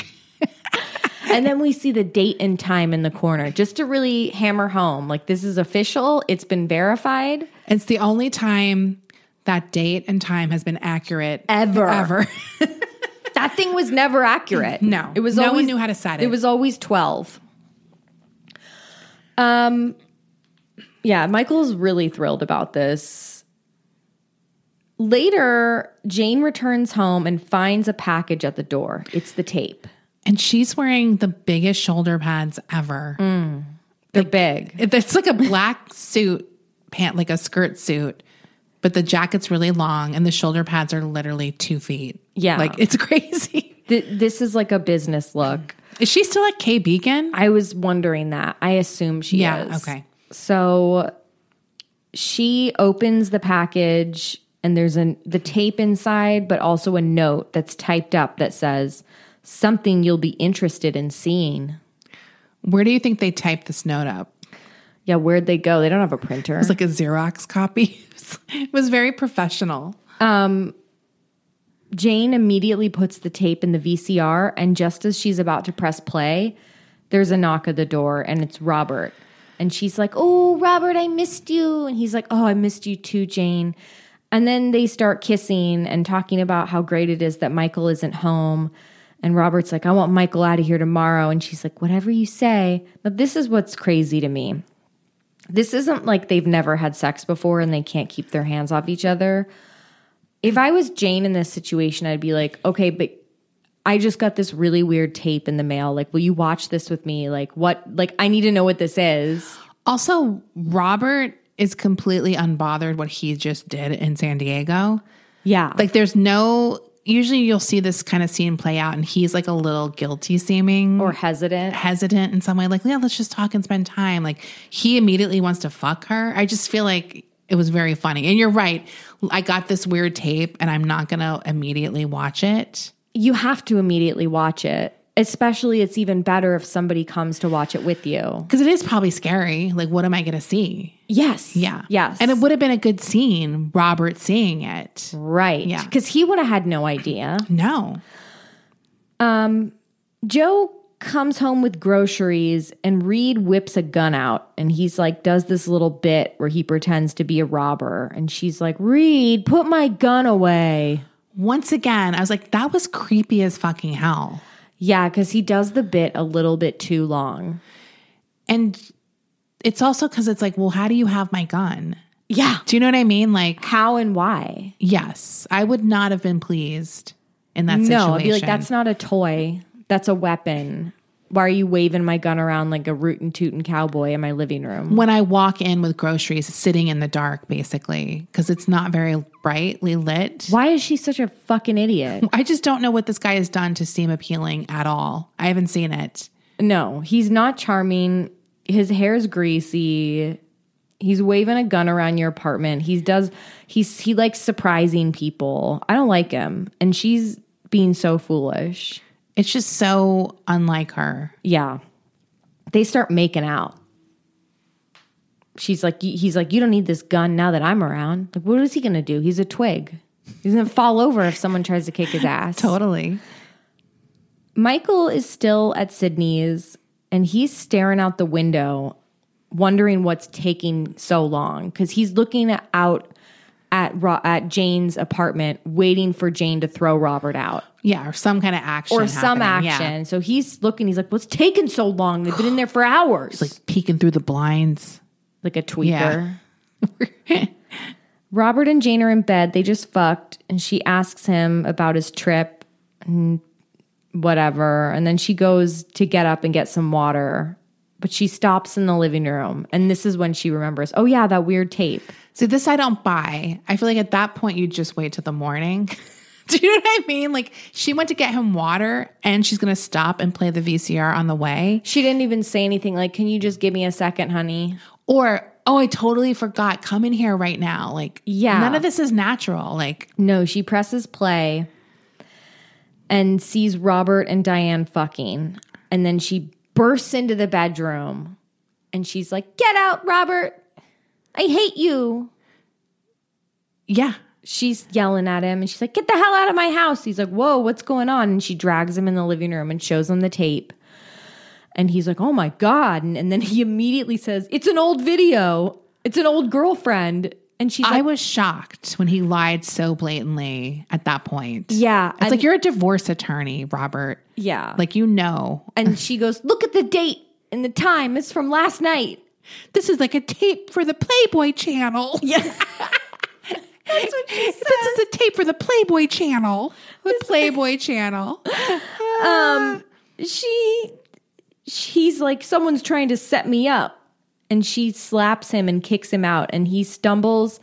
and then we see the date and time in the corner just to really hammer home like this is official, it's been verified.
It's the only time that date and time has been accurate
Ever.
Ever.
That thing was never accurate.
No.
it was.
No one
always,
knew how to set it.
It was always twelve. Um, yeah, Michael's really thrilled about this. Later, Jane returns home and finds a package at the door. It's the tape.
and she's wearing the biggest shoulder pads ever.
They're big.
It- It's like a black suit pant, like a skirt suit, but the jacket's really long and the shoulder pads are literally two feet.
Yeah.
Like it's crazy.
Th- this is like a business look.
Is she still at K Beacon?
I was wondering that. I assume she
Yeah,
is.
okay.
So she opens the package and there's an the tape inside, but also a note that's typed up that says something you'll be interested in seeing.
Where do you think they typed this note up?
Yeah, where'd they go? They don't have a printer.
It was like a Xerox copy. it was very professional.
Jane immediately puts the tape in the VCR, and just as she's about to press play, there's a knock at the door, and it's Robert. And she's like, Oh, Robert, I missed you. And he's like, Oh, I missed you too, Jane. And then they start kissing and talking about how great it is that Michael isn't home. And Robert's like, I want Michael out of here tomorrow. And she's like, Whatever you say. Now, this is what's crazy to me. This isn't like they've never had sex before and they can't keep their hands off each other if I was Jane in this situation, I'd be like, okay, but I just got this really weird tape in the mail. Like, will you watch this with me? Like, what? Like, I need to know what this is.
Also, Robert is completely unbothered what he just did in San Diego.
Yeah. Like,
Like there's no usually you'll see this kind of scene play out and he's like a little guilty seeming
or hesitant.
hesitant in some way like yeah let's just talk and spend time like he immediately wants to fuck her i just feel like it was very funny and you're right i got this weird tape and i'm not gonna immediately watch it
You have to immediately watch it. Especially, it's even better if somebody comes to watch it with you.
because it is probably scary like what am i gonna see
Yes.
yeah
Yes.
and it would have been a good scene robert seeing it
Right.
Yeah.
Because he would have had no idea.
no
Joe comes home with groceries and Reed whips a gun out and he's like does this little bit where he pretends to be a robber and she's like Reed put my gun away.
once again i was like that was creepy as fucking hell
Yeah, cuz he does the bit a little bit too long.
and it's also because it's like well how do you have my gun
Yeah.
do you know what i mean like
How and why?
yes i would not have been pleased in that situation
No, I'd be like that's not a toy. That's a weapon. Why are you waving my gun around like a rootin' tootin' cowboy in my living room?
when i walk in with groceries sitting in the dark basically because it's not very brightly lit
Why is she such a fucking idiot?
i just don't know what this guy has done to seem appealing at all i haven't seen it
No, he's not charming. His hair's greasy. He's waving a gun around your apartment. He does he's he likes surprising people. I don't like him. And she's being so foolish.
it's just so unlike her
Yeah. They start making out. she's like, he's like, you don't need this gun now that I'm around. Like, what is he going to do? He's a twig. He's going to fall over if someone tries to kick his ass.
Totally.
Michael is still at Sydney's and he's staring out the window, wondering what's taking so long because he's looking out at Ro- at Jane's apartment, waiting for Jane to throw Robert out
Yeah, or some kind of action.
or some
happening, yeah.
action. So he's looking. He's like, "What's taking so long? They've been in there for hours." Like,
Peeking through the blinds.
a tweaker. Robert and Jane are in bed. They just fucked, and she asks him about his trip and whatever. And then she goes to get up and get some water, but she stops in the living room. And this is when she remembers, oh, yeah, that weird tape.
See, this I don't buy. I feel like at that point you just wait till the morning. Do you know what I mean? Like she went to get him water and she's gonna stop and play the VCR on the way.
She didn't even say anything like, can you just give me a second, honey?
Or, oh, I totally forgot. Come in here right now. Like
Yeah.
none of this is natural. Like
No, she presses play and sees Robert and Diane fucking. And then she bursts into the bedroom and she's like, Get out, Robert. I hate you.
yeah.
She's yelling at him and she's like, Get the hell out of my house. He's like, Whoa, what's going on? And she drags him in the living room and shows him the tape. And he's like, Oh my God. And, and then he immediately says, It's an old video. It's an old girlfriend. And she's
I
like,
was shocked when he lied so blatantly at that point.
Yeah.
It's like you're a divorce attorney, Robert.
Yeah.
Like you know.
and she goes, Look at the date and the time. It's from last night.
This is like a tape for the Playboy channel. Yeah. That's what she says. This is a tape for the Playboy channel. The Playboy channel.
she she's like someone's trying to set me up and she slaps him and kicks him out and he stumbles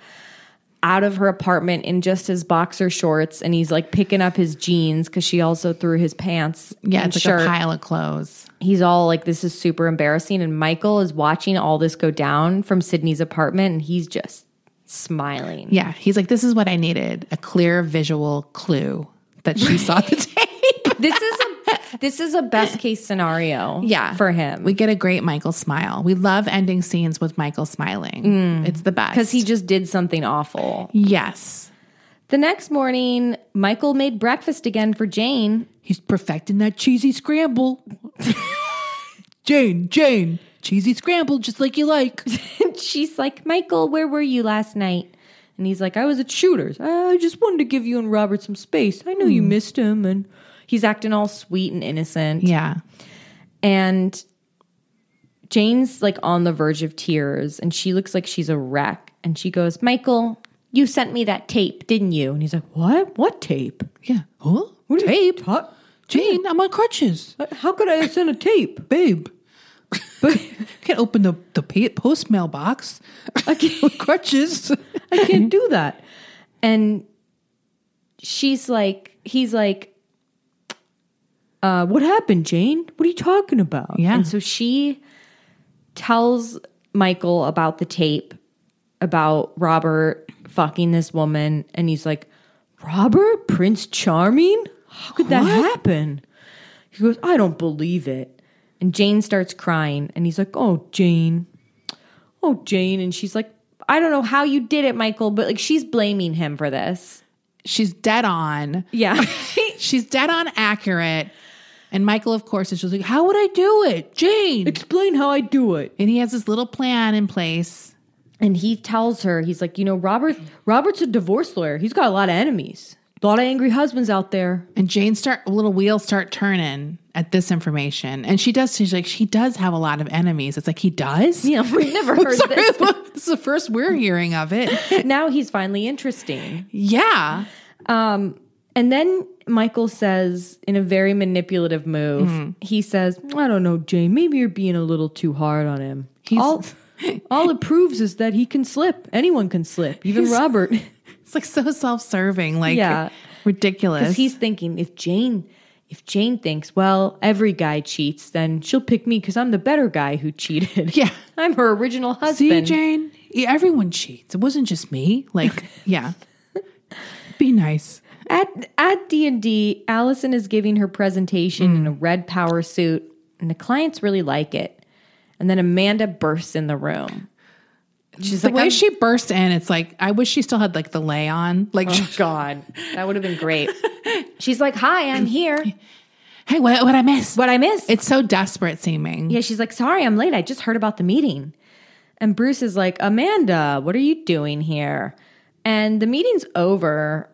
out of her apartment in just his boxer shorts and he's like picking up his jeans because she also threw his pants
Yeah,
and
it's like
shirt.
a pile of clothes.
he's all like this is super embarrassing and michael is watching all this go down from sydney's apartment and he's just smiling
Yeah, he's like, this is what I needed a clear visual clue that she saw the tape.
this is a this is a best case scenario
Yeah.
for him
We get a great Michael smile. We love ending scenes with Michael smiling. It's the best.
because he just did something awful
yes,
The next morning, Michael made breakfast again for Jane.
he's perfecting that cheesy scramble. Jane, Jane, cheesy scramble, just like you like.
And she's like, Michael, where were you last night? And he's like, I was at Shooter's. I just wanted to give you and Robert some space. I know you
Hmm.
missed him. And he's acting all sweet and innocent.
yeah.
And Jane's like on the verge of tears and she looks like she's a wreck. And she goes, Michael, you sent me that tape, didn't you? And he's like, What? What tape?
Yeah. Huh?
What tape? How,
Jane, I'm on crutches.
how could I send a tape?
Babe. Can't open the, the pa- post mailbox. I can't with crutches.
I can't do that. And she's like, he's like, uh, what happened, Jane? What are you talking about?
Yeah.
And so she tells Michael about the tape about Robert fucking this woman. And he's like, Robert? Prince Charming? How could that happen? He goes, I don't believe it. And Jane starts crying. And he's like, Oh, Jane, oh jane and she's like i don't know how you did it michael but like she's blaming him for this
She's dead on.
yeah
She's dead on accurate. And Michael, of course, is just like, How would I do it? Jane.
explain how i do it
And he has this little plan in place.
and he tells her he's like you know robert robert's a divorce lawyer he's got a lot of enemies a lot of angry husbands out there
And Jane start little wheels start turning at this information. And she does, she's like, she does have a lot of enemies. It's like he does?
yeah we've never heard
Sorry,
this
this is the first we're hearing of it.
now he's finally interesting
Yeah.
And then Michael says, in a very manipulative move,
Mm-hmm.
he says, I don't know, Jane, maybe you're being a little too hard on him. all, all it proves is that he can slip. Anyone can slip, even Robert.
It's like so self serving, like
Yeah.
ridiculous.
Because he's thinking, if Jane. If Jane thinks, well, every guy cheats, then she'll pick me because I'm the better guy who cheated.
Yeah.
I'm her original
See,
husband.
Jane, Yeah, everyone cheats. It wasn't just me. Like, yeah. Be nice.
At at D and D, Allison is giving her presentation in a red power suit, and the clients really like it. And then Amanda bursts in the room. She's
the
like,
way
"I'm-
she burst in, it's like I wish she still had like the lay on. Like,
Oh God, that would have been great. She's like, "Hi, I'm here."
hey, what what I miss?
What I missed?
It's so desperate seeming.
yeah, she's like, "Sorry, I'm late. I just heard about the meeting." And Bruce is like, "Amanda, what are you doing here?" And the meeting's over.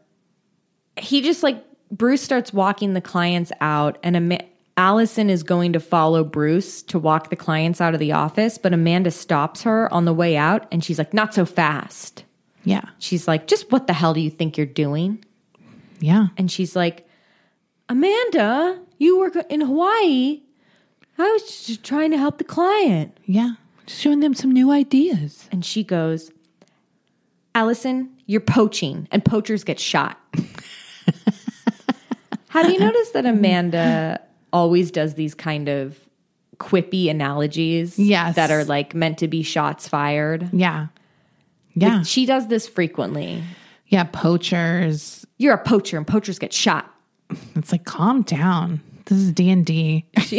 He just like Bruce starts walking the clients out, and Ama- Allison is going to follow Bruce to walk the clients out of the office, but Amanda stops her on the way out, and she's like, "Not so fast."
Yeah.
She's like, "Just what the hell do you think you're doing?"
Yeah.
and she's like, Amanda, you work in Hawaii. I was just trying to help the client.
Yeah. Just showing them some new ideas.
And she goes, Allison, you're poaching, and poachers get shot. Have you noticed that Amanda always does these kind of quippy analogies
Yes.
that are like meant to be shots fired?
Yeah. Yeah.
She does this frequently.
yeah. Poachers.
You're a poacher, and poachers get shot.
It's like calm down. This is D and D.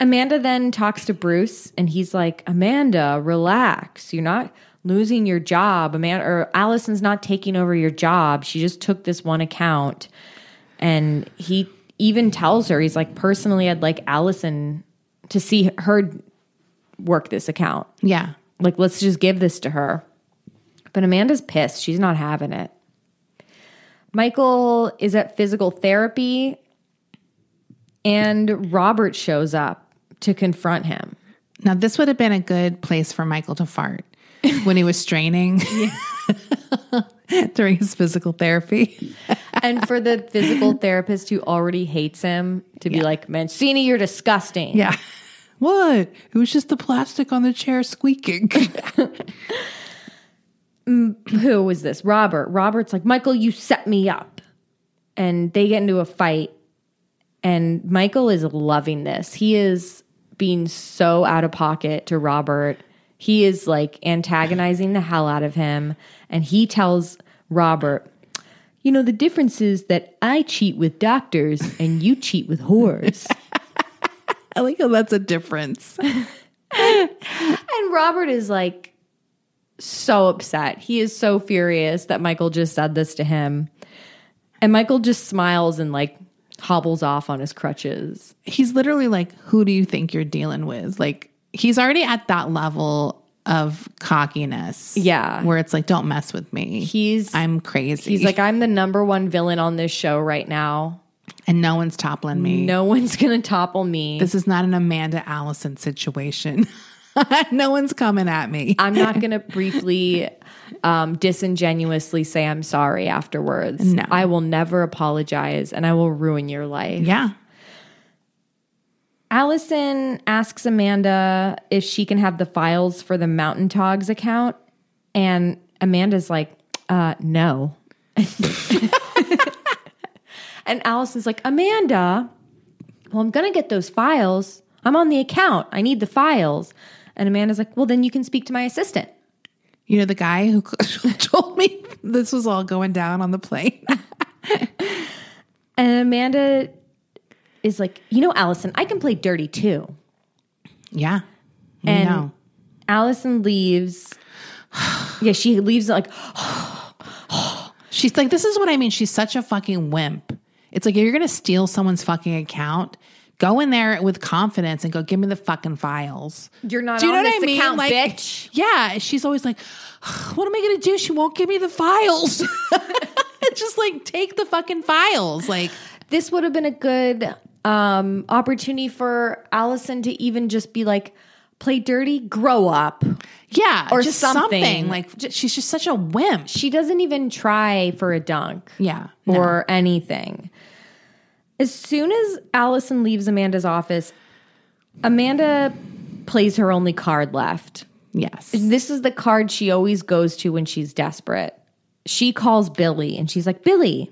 Amanda then talks to Bruce and he's like, Amanda, relax. You're not losing your job. Amanda or Allison's not taking over your job. She just took this one account. And he even tells her, he's like, personally, I'd like Allison to see her work this account.
Yeah.
Like, let's just give this to her. But Amanda's pissed. She's not having it. Michael is at physical therapy, and Robert shows up to confront him.
Now this would have been a good place for Michael to fart when he was straining during his physical therapy.
And for the physical therapist who already hates him to be like, Mancini, you're disgusting.
Yeah. What? It was just the plastic on the chair squeaking.
Who was this? Robert. Robert's like, Michael, you set me up. And they get into a fight. And Michael is loving this. He is being so out of pocket to Robert. He is like antagonizing the hell out of him. And he tells Robert, You know, the difference is that I cheat with doctors and you cheat with whores.
I like how that's a difference.
And Robert is like so upset. He is so furious that Michael just said this to him. And Michael just smiles and like hobbles off on his crutches.
He's literally like, who do you think you're dealing with? Like he's already at that level of cockiness.
Yeah.
Where it's like, don't mess with me.
He's
I'm crazy.
he's like I'm the number 1 villain on this show right now.
and no one's toppling me.
No one's going to topple me.
This is not an Amanda Allison situation. no one's coming at me.
I'm not going to briefly um, disingenuously say I'm sorry afterwards.
No.
I will never apologize and I will ruin your life.
yeah.
Allison asks Amanda if she can have the files for the Mountain Togs account. And Amanda's like, uh, no. and Allison's like, Amanda, well, I'm going to get those files. I'm on the account. I need the files. And Amanda's like, well, then you can speak to my assistant.
You know, the guy who told me this was all going down on the plane.
And Amanda is like, you know, Allison, I can play dirty too.
Yeah. We
And
know.
Allison leaves. yeah, she leaves like,
She's like, this is what I mean. She's such a fucking wimp. It's like, if you're going to steal someone's fucking account, go in there with confidence and go, give me the fucking files.
You're not
Do you
on
know
this
what I mean?
account,
like,
bitch.
Yeah. She's always like, what am I going to do? She won't give me the files. Just like, take the fucking files. Like,
This would have been a good um, opportunity for Allison to even just be like, play dirty, grow up.
yeah.
Or
just
something.
Like, j- she's just such a wimp.
She doesn't even try for a dunk
Yeah.
or anything. As soon as Allison leaves Amanda's office, Amanda plays her only card left.
Yes.
This is the card she always goes to when she's desperate. She calls Billy and she's like, "Billy,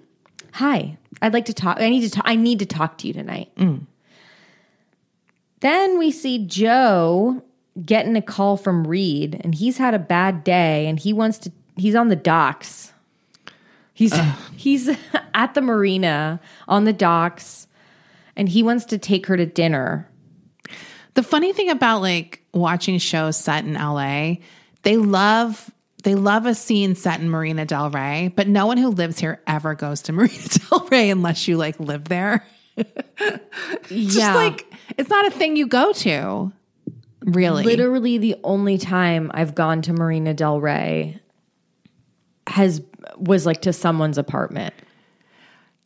hi. I'd like to talk. I need to. Talk, I need to talk to you tonight."
Mm.
Then we see Joe getting a call from Reed, and he's had a bad day, and he wants to. He's on the docks. He's he's at the marina on the docks, and he wants to take her to dinner.
The funny thing about like watching shows set in LA, they love they love a scene set in Marina Del Rey, but no one who lives here ever goes to Marina Del Rey unless you like live there. It's
yeah.
Just like it's not a thing you go to. Really.
Literally, the only time I've gone to Marina Del Rey has was like to someone's apartment.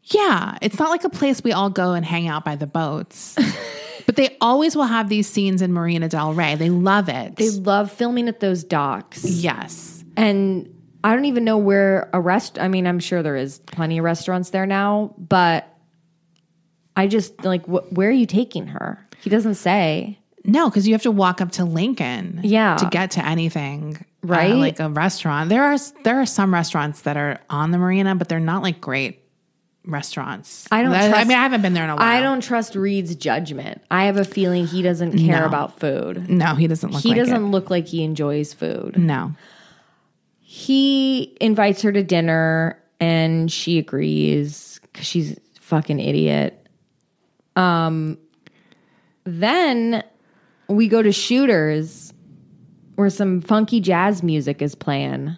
Yeah, it's not like a place we all go and hang out by the boats. but they always will have these scenes in Marina Del Rey. They love it.
They love filming at those docks,
yes.
and I don't even know where a rest. I mean, I'm sure there is plenty of restaurants there now, but I just like wh- where are you taking her? He doesn't say.
No, because you have to walk up to Lincoln,
Yeah.
to get to anything, uh,
Right?
like a restaurant. There are there are some restaurants that are on the marina, but they're not like great restaurants.
I don't.
I,
trust,
mean, I haven't been there in a while.
I don't trust Reed's judgment. I have a feeling he doesn't care about food.
No, he doesn't look.
He
like it.
doesn't look like he enjoys food.
No.
he invites her to dinner and she agrees because she's a fucking idiot um then we go to shooters where some funky jazz music is playing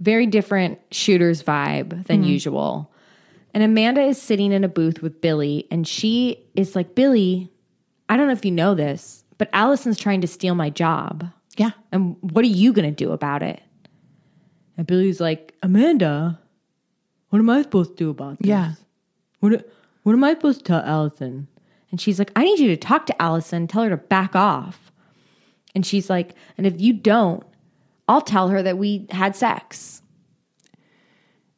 very different shooters vibe than usual and amanda is sitting in a booth with billy and she is like billy i don't know if you know this but allison's trying to steal my job
Yeah.
and what are you going to do about it? And Billy's like, Amanda, what am I supposed to do about this?
Yeah.
What, what am I supposed to tell Allison? And she's like, I need you to talk to Allison, tell her to back off. And she's like, and if you don't, I'll tell her that we had sex.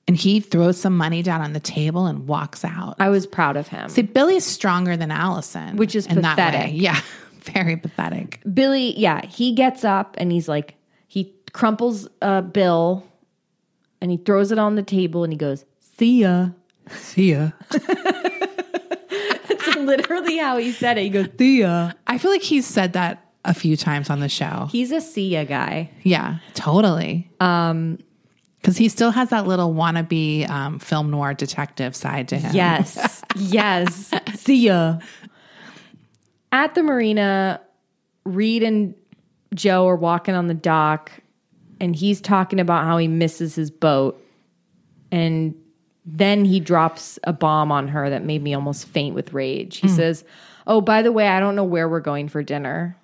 And he throws some money down on the table and walks out.
I was proud of him.
See, Billy's stronger than Allison,
Which is
in that way.
pathetic.
Yeah, very pathetic.
Billy, yeah, he gets up and he's like, he crumples a bill and he throws it on the table and he goes, See ya.
See ya.
That's literally how he said it. He goes,
I feel like he's said that a few times on the show.
He's a see ya guy.
Yeah, totally. Um, because he still has that little wannabe um, film noir detective side to him.
Yes. yes. See ya. At the marina, Reed and Joe are walking on the dock and he's talking about how he misses his boat. And then he drops a bomb on her that made me almost faint with rage. He says, Oh, by the way, I don't know where we're going for dinner.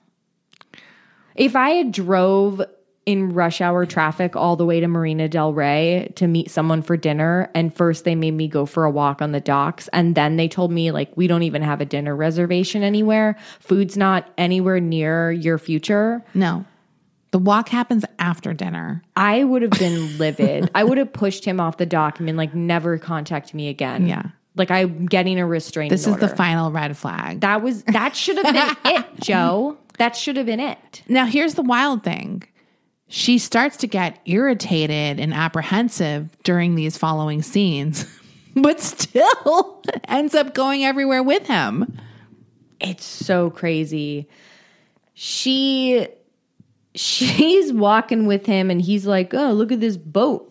If I had drove in rush hour traffic all the way to Marina Del Rey to meet someone for dinner, and first they made me go for a walk on the docks, and then they told me like we don't even have a dinner reservation anywhere. Food's not anywhere near your future.
No, the walk happens after dinner.
I would have been livid. I would have pushed him off the dock and been like, never contact me again.
Yeah.
Like I'm getting a restraining.
This
order.
is the final red flag.
That was that should have been it, Joe. That should have been it.
now, here's the wild thing. She starts to get irritated and apprehensive during these following scenes, but still ends up going everywhere with him.
It's so crazy. She she's walking with him and he's like, "Oh, look at this boat."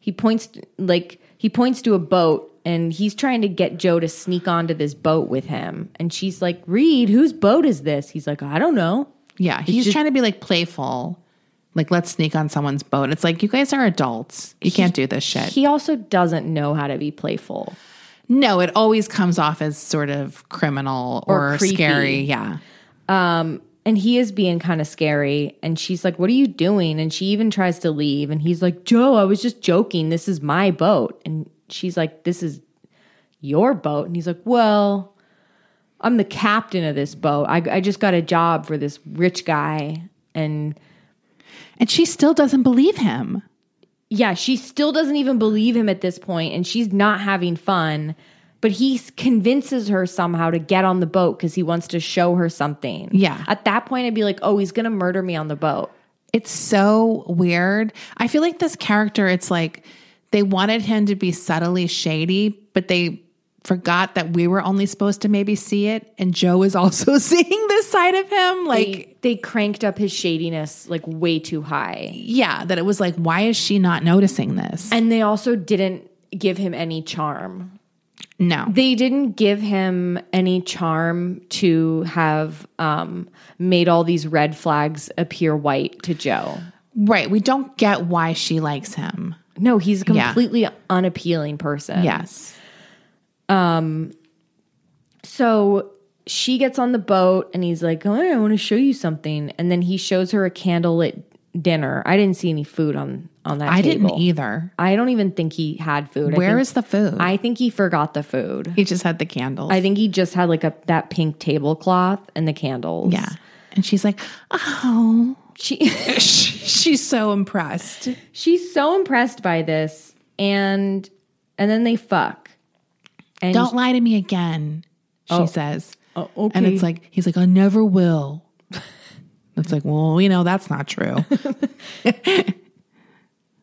He points like he points to a boat and he's trying to get Joe to sneak onto this boat with him. And she's like, "Reed, whose boat is this?" He's like, "I don't know."
Yeah, he's trying to be like playful. Like, let's sneak on someone's boat. It's like, you guys are adults. You can't do this shit.
He also doesn't know how to be playful.
no, it always comes off as sort of criminal
Or
or,
creepy.
scary. Yeah.
And he is being kind of scary. And she's like, What are you doing? And she even tries to leave. And he's like, Joe, I was just joking. This is my boat. And she's like, This is your boat. And he's like, Well, I'm the captain of this boat. I, I just got a job for this rich guy. And
And she still doesn't believe him.
yeah, she still doesn't even believe him at this point, and she's not having fun. But he s- convinces her somehow to get on the boat because he wants to show her something.
Yeah.
At that point, I'd be like, oh, he's going to murder me on the boat.
It's so weird. I feel like this character, it's like they wanted him to be subtly shady, but they forgot that we were only supposed to maybe see it. And Joe is also seeing this side of him. Like,
They, they cranked up his shadiness like way too high.
yeah, that it was like, why is she not noticing this?
And they also didn't give him any charm.
No.
They didn't give him any charm to have um, made all these red flags appear white to Joe.
Right. We don't get why she likes him.
No, he's a
Yeah.
completely unappealing person.
Yes.
So she gets on the boat and he's like, oh, I want to show you something. And then he shows her a candlelit dinner. I didn't see any food on, on that
I
table.
didn't either.
I don't even think he had food. I
Where
think-
is the food?
I think he forgot the food.
he just had the candles.
I think he just had like a that pink tablecloth and the candles.
yeah. And she's like, oh.
She
She's so impressed.
she's so impressed by this and and then they fuck. And
Don't lie to me again, she says.
Oh, okay.
And it's like, he's like, I never will. It's like, well, you know, that's not true.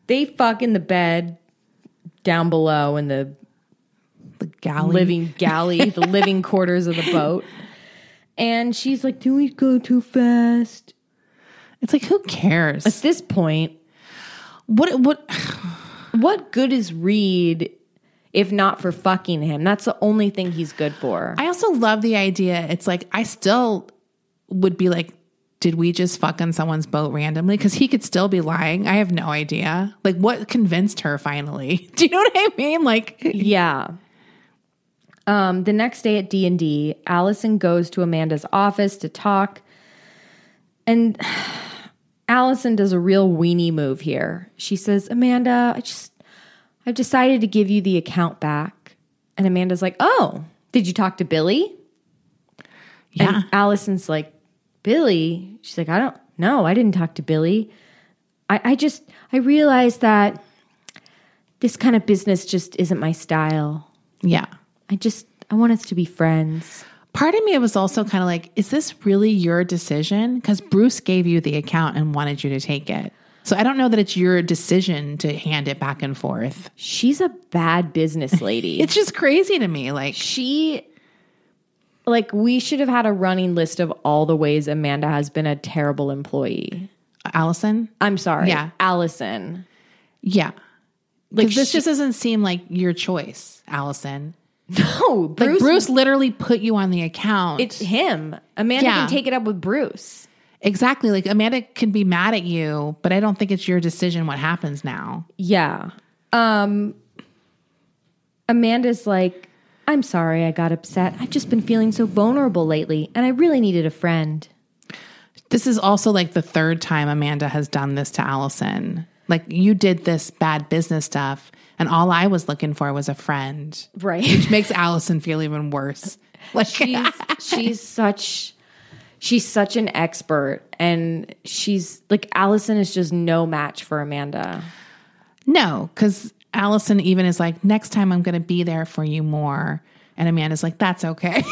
they fuck in the bed down below in the
The galley.
living galley, the living quarters of the boat. And she's like, "Do we go too fast?"
It's like, who cares?
At this point,
What? What?
what good is Reed if not for fucking him? That's the only thing he's good for.
I also love the idea. It's like I still would be like, did we just fuck on someone's boat randomly? Because he could still be lying. I have no idea. Like, what convinced her finally? Do you know what I mean? Like,
Yeah. Um, the next day at D and D, Allison goes to Amanda's office to talk, and Allison does a real weenie move here. She says, "Amanda, I just I've decided to give you the account back," and Amanda's like, "Oh, did you talk to Billy?"
yeah,
And Allison's like, Billy? She's like, I don't know. I didn't talk to Billy. I, I just, I realized that this kind of business just isn't my style.
yeah.
I just, I want us to be friends.
Part of me was also kind of like, is this really your decision? Because Bruce gave you the account and wanted you to take it. So I don't know that it's your decision to hand it back and forth.
She's a bad business lady.
It's just crazy to me. Like,
she, like, we should have had a running list of all the ways Amanda has been a terrible employee.
Allison,
I'm sorry.
Yeah.
Allison.
Yeah. Like this
she-
just doesn't seem like your choice, Allison.
Oh,
Like
Bruce.
Bruce, literally put you on the account.
It's him. Amanda
Yeah.
can take it up with Bruce.
exactly like Amanda can be mad at you, but I don't think it's your decision what happens now.
Yeah. Um Amanda's like, "I'm sorry I got upset. I've just been feeling so vulnerable lately and I really needed a friend."
This is also like the third time Amanda has done this to Allison. Like you did this bad business stuff, and all I was looking for was a friend.
Right.
Which makes Allison feel even worse. Like
she's she's such she's such an expert and she's like Allison is just no match for Amanda.
No, because Allison even is like, next time I'm going to be there for you more. And Amanda's like, that's okay.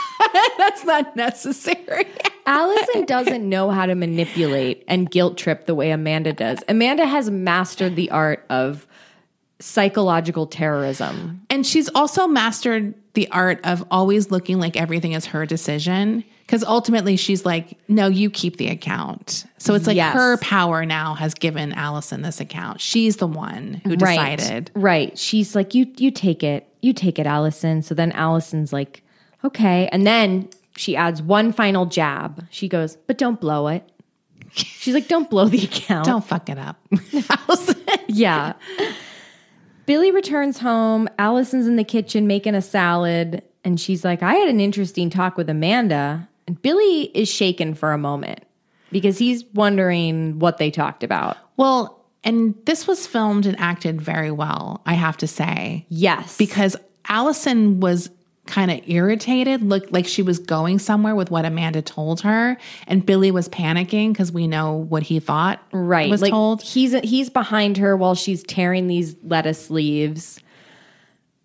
that's not necessary.
Allison doesn't know how to manipulate and guilt trip the way Amanda does. Amanda has mastered the art of psychological terrorism.
And she's also mastered the art of always looking like everything is her decision. Because ultimately she's like, no, you keep the account. So it's like
Yes.
her power now has given Allison this account. She's the one who decided.
Right. Right. She's like, you you take it. You take it, Allison. So then Allison's like, okay. And then she adds one final jab. She goes, but don't blow it. She's like, don't blow the account.
Don't fuck it up. Allison.
Yeah. Billy returns home. Allison's in the kitchen making a salad. And she's like, I had an interesting talk with Amanda. And Billy is shaken for a moment because he's wondering what they talked about.
Well, and this was filmed and acted very well, I have to say.
Yes.
because Allison was kind of irritated, looked like she was going somewhere with what Amanda told her, and Billy was panicking because we know what he thought.
right
was
like
told.
he's he's behind her while she's tearing these lettuce leaves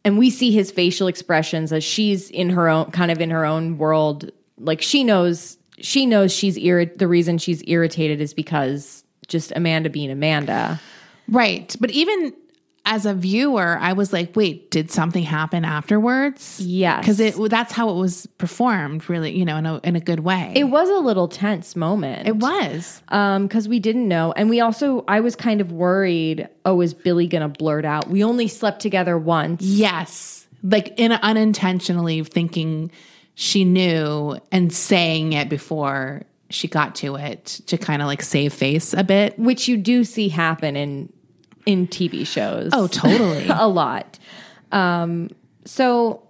and we see his facial expressions as she's in her own kind of in her own world like she knows she knows she's irri- the reason she's irritated is because just Amanda being Amanda
Right, but even as a viewer, I was like, "Wait, did something happen afterwards?"
Yes.
because it that's how it was performed, really, you know, in a in a good way.
it was a little tense moment
it was.
um cuz we didn't know and we also I was kind of worried oh is Billy going to blurt out we only slept together once
Yes. like in unintentionally thinking she knew and saying it before she got to it to kind of like save face a bit.
which you do see happen in in TV shows.
Oh, totally.
a lot. Um, so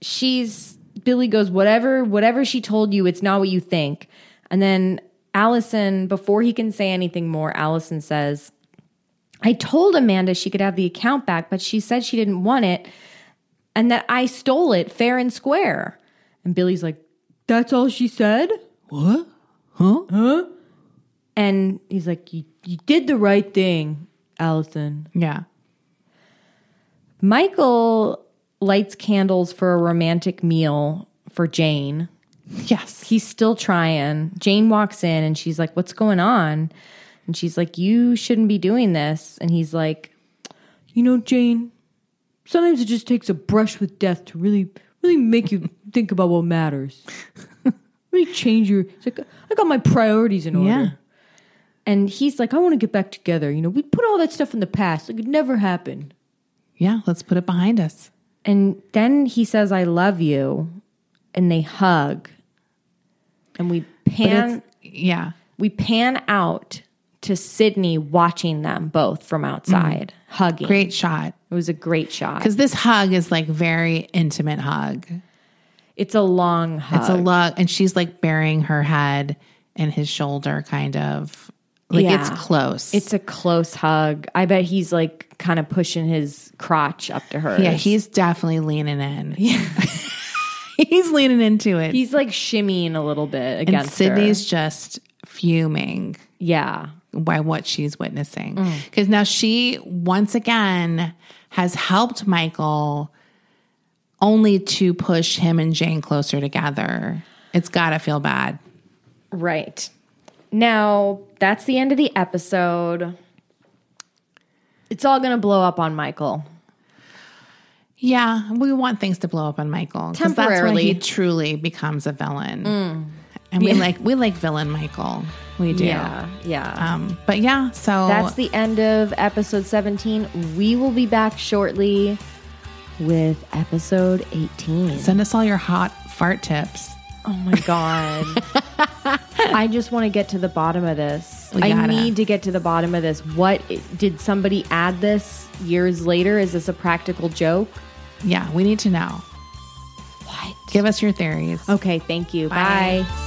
she's Billy goes whatever whatever she told you, it's not what you think. And then Allison, before he can say anything more, Allison says, "I told Amanda she could have the account back, but she said she didn't want it, and that I stole it fair and square." And Billy's like, "That's all she said." And he's like, You, you did the right thing, Allison.
yeah.
Michael lights candles for a romantic meal for Jane.
Yes.
He's still trying. Jane walks in and she's like, What's going on? And she's like, You shouldn't be doing this. And he's like, You know, Jane, sometimes it just takes a brush with death to really, really make you think about what matters. really change your. It's like, I got my priorities in order.
Yeah.
And he's like, I want to get back together. You know, we put all that stuff in the past. Like, it never happened.
Yeah. Let's put it behind us.
And then he says, I love you. And they hug. And we pan,
Yeah.
we pan out to Sydney watching them both from outside hugging.
Mm-hmm. Great shot.
It was a great shot.
Because this hug is like very intimate hug.
It's a long hug.
It's a lug, and she's like burying her head in his shoulder, kind of. Like
Yeah.
it's close.
It's a close hug. I bet he's like kind of pushing his crotch up to her.
yeah. He's definitely leaning in. Yeah. he's leaning into it.
he's like shimmying a little bit
and
against
Sydney's
her.
just fuming
Yeah.
by what she's witnessing
Mm.
because now she once again has helped Michael only to push him and Jane closer together. It's got to feel bad.
Right. Now, that's the end of the episode. It's all going to blow up on Michael.
Yeah, we want things to blow up on Michael because that's when
Temporarily. Mm.
he truly becomes a villain. And we like we like villain Michael. We do.
Yeah.
Um, but yeah, so
that's the end of episode 17. We will be back shortly with episode 18.
send us all your hot fart tips.
oh my God. I just want to get to the bottom of this.
We
I
gotta.
need to get to the bottom of this. What did somebody add this years later? Is this a practical joke?
Yeah, we need to know.
What?
Give us your theories.
Okay, thank you.
Bye.
Bye.